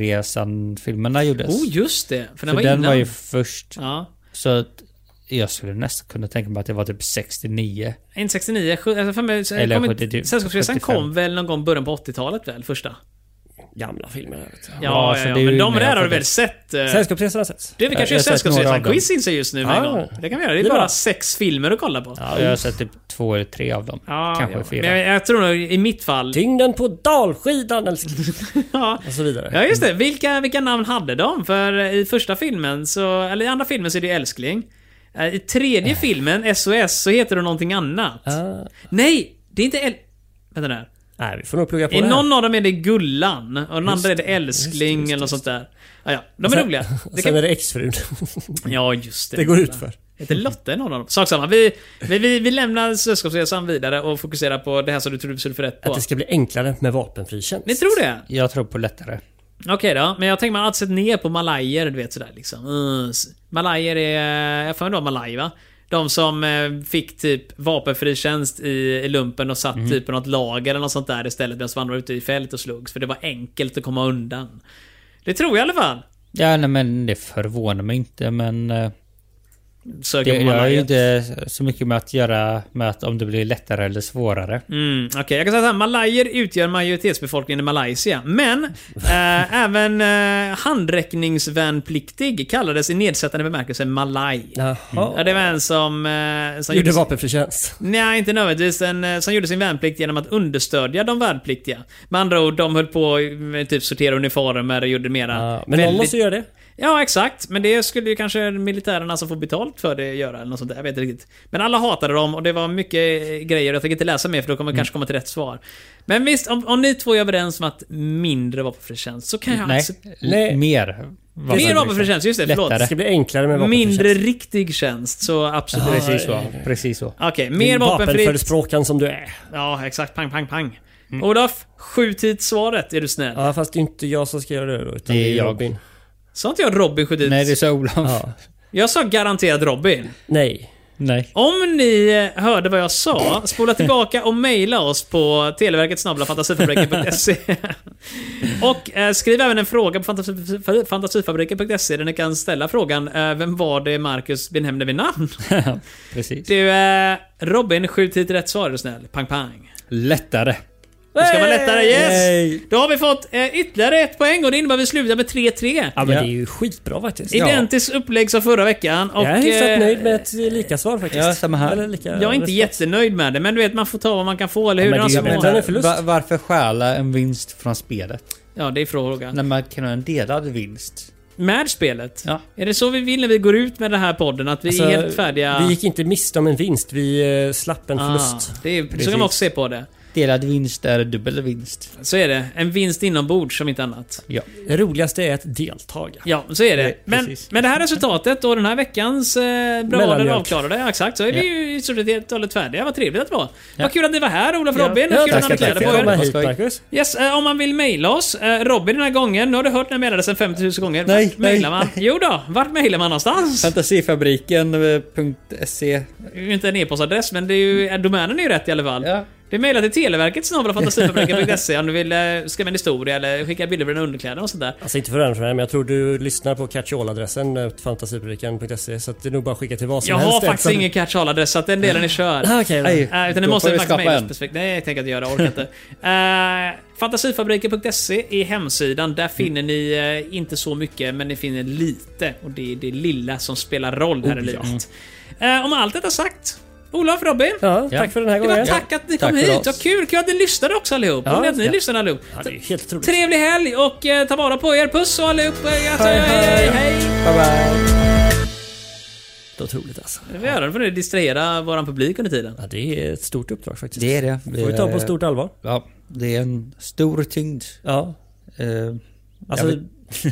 [SPEAKER 4] Sällskapsresan-filmerna gjordes?
[SPEAKER 1] oh, just det. För den
[SPEAKER 4] För
[SPEAKER 1] var
[SPEAKER 4] den
[SPEAKER 1] innan.
[SPEAKER 4] var ju först.
[SPEAKER 1] Ja.
[SPEAKER 4] Så att jag skulle nästan kunna tänka mig att det var typ 69.
[SPEAKER 1] Inte 69, sju- alltså för mig, så
[SPEAKER 4] Eller
[SPEAKER 1] kom inte-
[SPEAKER 4] 70,
[SPEAKER 1] Sällskapsresan
[SPEAKER 4] 75.
[SPEAKER 1] kom väl någon gång början på 80-talet väl, första?
[SPEAKER 2] Gamla filmer. jag vet.
[SPEAKER 1] Ja, ja,
[SPEAKER 4] så
[SPEAKER 1] ja,
[SPEAKER 4] det är
[SPEAKER 1] men
[SPEAKER 4] ju
[SPEAKER 1] de
[SPEAKER 4] mer
[SPEAKER 1] där har du
[SPEAKER 4] för
[SPEAKER 1] väl
[SPEAKER 4] det.
[SPEAKER 1] sett? eh,
[SPEAKER 2] Sällskapsresan har setts.
[SPEAKER 1] Du, vi kanske
[SPEAKER 4] jag
[SPEAKER 1] gör
[SPEAKER 4] har sett några av dem.
[SPEAKER 1] Sällskapsresan-quiz in sig just nu med en
[SPEAKER 2] Ah.
[SPEAKER 1] gång. Det kan vi göra. Det är
[SPEAKER 2] Det är
[SPEAKER 1] bara
[SPEAKER 2] bra.
[SPEAKER 1] sex filmer att kolla på.
[SPEAKER 4] Jag har sett typ två eller tre av dem.
[SPEAKER 1] Ja,
[SPEAKER 4] Kanske
[SPEAKER 1] ja.
[SPEAKER 4] fyra.
[SPEAKER 1] Men jag, jag tror nog i mitt fall...
[SPEAKER 2] Tyngden på dalskidan älskling.
[SPEAKER 1] *laughs* Ja.
[SPEAKER 2] Och så vidare.
[SPEAKER 1] Ja just det, vilka, vilka namn hade de? För eh, i första filmen, så, eller i andra filmen så är det ju älskling. Eh, I
[SPEAKER 2] Äh.
[SPEAKER 1] tredje filmen, SOS, så heter det någonting annat.
[SPEAKER 2] Ah.
[SPEAKER 1] Nej, det är inte äl... Vänta där.
[SPEAKER 2] Nej, vi får nog plugga på
[SPEAKER 1] I
[SPEAKER 2] det här.
[SPEAKER 1] någon av dem är det Gullan och den andra är det
[SPEAKER 2] det,
[SPEAKER 1] Älskling
[SPEAKER 2] just det,
[SPEAKER 1] eller något sånt där. Ja, ja. De är
[SPEAKER 2] Sen- *laughs*
[SPEAKER 1] roliga. Det
[SPEAKER 2] Sen
[SPEAKER 1] kan...
[SPEAKER 2] är det exfrun. *laughs*
[SPEAKER 1] Ja, just det.
[SPEAKER 2] det går ut för.
[SPEAKER 1] Heter Lotta någon av dem? Sak samma. Vi, vi, vi, vi lämnar Sällskapsresan vidare och fokuserar på det här som du trodde du skulle få rätt på.
[SPEAKER 2] Att det ska bli enklare med vapenfri tjänst.
[SPEAKER 1] Ni tror det?
[SPEAKER 4] Jag tror på lättare.
[SPEAKER 1] Okej då, men jag tänker man har alltid sett ner på malajer, du vet sådär liksom. Mm. s- Malajer är... Jag får mig malaj va? De som eh, fick typ vapenfri tjänst i, i lumpen och
[SPEAKER 4] Mhm.
[SPEAKER 1] satt typ på något lager eller något sånt där istället medan man var ute i fält och slogs. För det var enkelt att komma undan. Det tror jag i alla fall.
[SPEAKER 4] Ja, nej, men det förvånar mig inte men... eh,
[SPEAKER 1] Söker på
[SPEAKER 4] Det har ju
[SPEAKER 1] malajer.
[SPEAKER 4] inte så mycket med att göra med att om det blir lättare eller svårare.
[SPEAKER 1] Mm, Okej, jag kan säga såhär. Malajer utgör majoritetsbefolkningen i Malaysia.
[SPEAKER 4] *laughs*
[SPEAKER 1] Men eh, även eh, handräckningsvärnpliktig kallades i nedsättande bemärkelse malaj.
[SPEAKER 2] Jaha.
[SPEAKER 1] Mm. Ja, det var en som... Eh, som
[SPEAKER 2] Gjorde
[SPEAKER 1] gjorde-
[SPEAKER 2] vapenfri tjänst.
[SPEAKER 1] Nej, inte nödvändigtvis. En eh, som gjorde sin värnplikt genom att understödja de värnpliktiga. Med andra ord, de höll på med typ sortera uniformer och gjorde mera...
[SPEAKER 2] Ja, Ah, men någon måste göra det.
[SPEAKER 1] Ja, exakt. Men det skulle ju kanske militärerna som får betalt för det göra. Eller något sånt där. Jag vet inte riktigt. Men alla hatade dem och det var mycket eh, grejer. Jag tänker inte läsa mer för då
[SPEAKER 2] Mm.
[SPEAKER 1] kommer jag kanske komma till rätt svar. Men visst, om, om ni två är överens om att mindre vapenfri tjänst så kan jag...
[SPEAKER 4] Nej,
[SPEAKER 1] Alltså,
[SPEAKER 2] Nej.
[SPEAKER 4] l- mer. liksom-
[SPEAKER 1] mer vapenfri tjänst, just det.
[SPEAKER 2] Det
[SPEAKER 4] Lättare.
[SPEAKER 2] ska bli enklare med
[SPEAKER 1] Förlåt.
[SPEAKER 2] vapenfri
[SPEAKER 1] Mindre
[SPEAKER 2] tjänst.
[SPEAKER 1] riktig tjänst, så absolut.
[SPEAKER 4] Precis så. Precis så.
[SPEAKER 1] Okej,
[SPEAKER 2] Din
[SPEAKER 1] mer vapenfri
[SPEAKER 2] Vapenförespråkaren som du är.
[SPEAKER 1] Ja, exakt. Pang, pang, pang.
[SPEAKER 4] Mm.
[SPEAKER 1] Olof, skjut hit svaret är du snäll.
[SPEAKER 2] Ja, fast det är inte jag som ska göra det då, utan
[SPEAKER 4] Det är
[SPEAKER 2] det är
[SPEAKER 4] jag.
[SPEAKER 2] Robin.
[SPEAKER 1] Sa inte jag Robin skjut hit?
[SPEAKER 4] Nej, det sa Olof.
[SPEAKER 2] Ja.
[SPEAKER 1] Jag sa garanterat Robin.
[SPEAKER 2] Nej.
[SPEAKER 4] *laughs* Nej.
[SPEAKER 1] Om ni eh, hörde vad jag sa, spola tillbaka och mejla oss på televerket
[SPEAKER 4] *laughs*
[SPEAKER 1] fantasifabriken.se Och eh, skriv även en fråga på fantasi- fantasifabriken.se där ni kan ställa frågan eh, Vem var det Marcus benämnde vid namn?
[SPEAKER 4] Precis.
[SPEAKER 1] Du, eh, Robin, skjut hit rätt svar är du snäll. Pang, pang.
[SPEAKER 4] Lättare.
[SPEAKER 1] Det ska vara lättare, yes!
[SPEAKER 2] Yay!
[SPEAKER 1] Då har vi fått eh, ytterligare ett poäng och det innebär att vi slutar med 3-3.
[SPEAKER 2] Ja, men
[SPEAKER 4] Ja.
[SPEAKER 2] det är ju skitbra faktiskt.
[SPEAKER 1] Identiskt upplägg som förra veckan. Och,
[SPEAKER 2] Jag är hyfsat
[SPEAKER 1] eh,
[SPEAKER 2] nöjd med ett lika svar faktiskt.
[SPEAKER 4] Ja, samma här.
[SPEAKER 2] Eller lika
[SPEAKER 1] Jag är inte jättenöjd med det, men du vet man får ta vad man kan få, eller hur?
[SPEAKER 2] men
[SPEAKER 1] Ja, det,
[SPEAKER 2] det är ju
[SPEAKER 1] är
[SPEAKER 2] bättre.
[SPEAKER 1] det.
[SPEAKER 2] en förlust.
[SPEAKER 4] Va- varför stjäla en vinst från spelet?
[SPEAKER 1] ja det är frågan.
[SPEAKER 4] När man kan ha en delad vinst.
[SPEAKER 1] Med spelet?
[SPEAKER 4] Ja.
[SPEAKER 1] Är det så vi vill när vi går ut med den här podden? Att vi
[SPEAKER 2] Alltså,
[SPEAKER 1] är helt färdiga?
[SPEAKER 2] Vi gick inte miste om en vinst, vi eh, slapp en förlust.
[SPEAKER 1] Ah, det är, så
[SPEAKER 4] Precis.
[SPEAKER 1] kan man också se på det.
[SPEAKER 4] Delad vinst är dubbel vinst.
[SPEAKER 1] Så är det. En vinst inombords som inte annat.
[SPEAKER 4] Ja.
[SPEAKER 2] Det roligaste är att deltaga.
[SPEAKER 1] Ja, så är det.
[SPEAKER 4] Nej,
[SPEAKER 1] Men,
[SPEAKER 4] precis.
[SPEAKER 1] men det här resultatet och den här veckans eh, bravader
[SPEAKER 2] Mellanmjölk.
[SPEAKER 1] avklarade, ja, exakt, så är vi ju i stort sett helt och hållet färdiga. Vad trevligt att det var. Vad kul att ni var här, Olof och Robin.
[SPEAKER 2] Ja,
[SPEAKER 1] Vad kul
[SPEAKER 2] tack,
[SPEAKER 1] att ni
[SPEAKER 2] tack,
[SPEAKER 1] kläder
[SPEAKER 2] tack.
[SPEAKER 1] på er.
[SPEAKER 2] Välkomna
[SPEAKER 4] Vad
[SPEAKER 2] hit
[SPEAKER 4] skoj.
[SPEAKER 2] Marcus.
[SPEAKER 1] Yes, eh, om man vill mejla oss. Eh, Robin den här gången, nu har du hört den här meddelelsen 50 000 gånger.
[SPEAKER 4] Nej,
[SPEAKER 1] vart mejlar
[SPEAKER 4] nej.
[SPEAKER 1] man? Jo då, vart mejlar man någonstans?
[SPEAKER 4] eh, Fantasifabriken.se
[SPEAKER 1] Det är ju inte en e-postadress, men det är ju, eh, domänen är ju rätt i alla fall.
[SPEAKER 4] Ja.
[SPEAKER 1] Det är mejla till televerket
[SPEAKER 4] *laughs*
[SPEAKER 1] snabel-a fantasifabriken.se om du vill eh, skriva en historia eller skicka bilder på dina underkläder och sånt där.
[SPEAKER 2] Alltså inte för att för men jag tror du lyssnar på catch all-adressen eh, fantasipubliken.se så att det är nog bara att skicka till vad som
[SPEAKER 1] Jag
[SPEAKER 2] helst.
[SPEAKER 1] har faktiskt
[SPEAKER 2] eftersom-
[SPEAKER 1] ingen catch-all-adress, så att den delen är körd.
[SPEAKER 2] Ah, okej då.
[SPEAKER 4] Nej.
[SPEAKER 1] Eh, utan det
[SPEAKER 4] Då
[SPEAKER 1] måste
[SPEAKER 4] får vi
[SPEAKER 1] faktiskt
[SPEAKER 4] skapa
[SPEAKER 1] mejlas
[SPEAKER 4] en.
[SPEAKER 1] specifikt. Nej, jag tänker inte göra. Jag orkar inte. Eh,
[SPEAKER 4] *laughs*
[SPEAKER 1] Fantasifabriken.se är hemsidan. Där finner ni eh, inte så mycket, men ni finner lite. Och det är det lilla som spelar roll här i
[SPEAKER 4] Oh,
[SPEAKER 1] livet. Eh, om allt detta sagt, Olof, Robin.
[SPEAKER 2] Ja,
[SPEAKER 4] Ja.
[SPEAKER 2] tack för den här
[SPEAKER 1] Det var
[SPEAKER 2] gången.
[SPEAKER 1] tack att ni
[SPEAKER 4] Tack
[SPEAKER 1] kom
[SPEAKER 4] för
[SPEAKER 1] hit.
[SPEAKER 4] oss.
[SPEAKER 1] Vad kul! Kul att ni lyssnade också allihop.
[SPEAKER 2] Ja,
[SPEAKER 1] Och att ni
[SPEAKER 2] ja.
[SPEAKER 1] lyssnade allihop.
[SPEAKER 2] Ja, det är ju helt otroligt.
[SPEAKER 1] Trevlig helg och eh, ta vara på er. Puss och allihop. Hej, hej, hej, hej.
[SPEAKER 4] Bye bye.
[SPEAKER 2] Otroligt alltså.
[SPEAKER 1] Vi gör det för att distrahera vår publik under tiden.
[SPEAKER 2] Ja, det är ett stort uppdrag faktiskt.
[SPEAKER 4] Det är det.
[SPEAKER 2] får vi ta på stort allvar.
[SPEAKER 4] Ja, det är en stor tyngd.
[SPEAKER 2] Ja.
[SPEAKER 4] Eh,
[SPEAKER 2] Alltså,
[SPEAKER 4] jag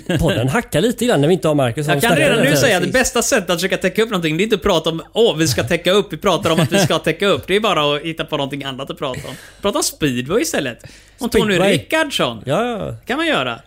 [SPEAKER 4] vet-
[SPEAKER 2] podden hackar lite grann när vi inte har Marcus som
[SPEAKER 1] Jag kan
[SPEAKER 2] stackare.
[SPEAKER 1] redan nu säga att det bästa sättet att försöka täcka upp någonting, det är inte att prata om åh, vi ska täcka upp, vi pratar om att vi *laughs* ska täcka upp. Det är bara att hitta på någonting annat att prata om. Prata om speedway istället. Om Tony
[SPEAKER 2] Speedway.
[SPEAKER 1] Rickardsson.
[SPEAKER 2] Ja, ja.
[SPEAKER 1] kan man göra.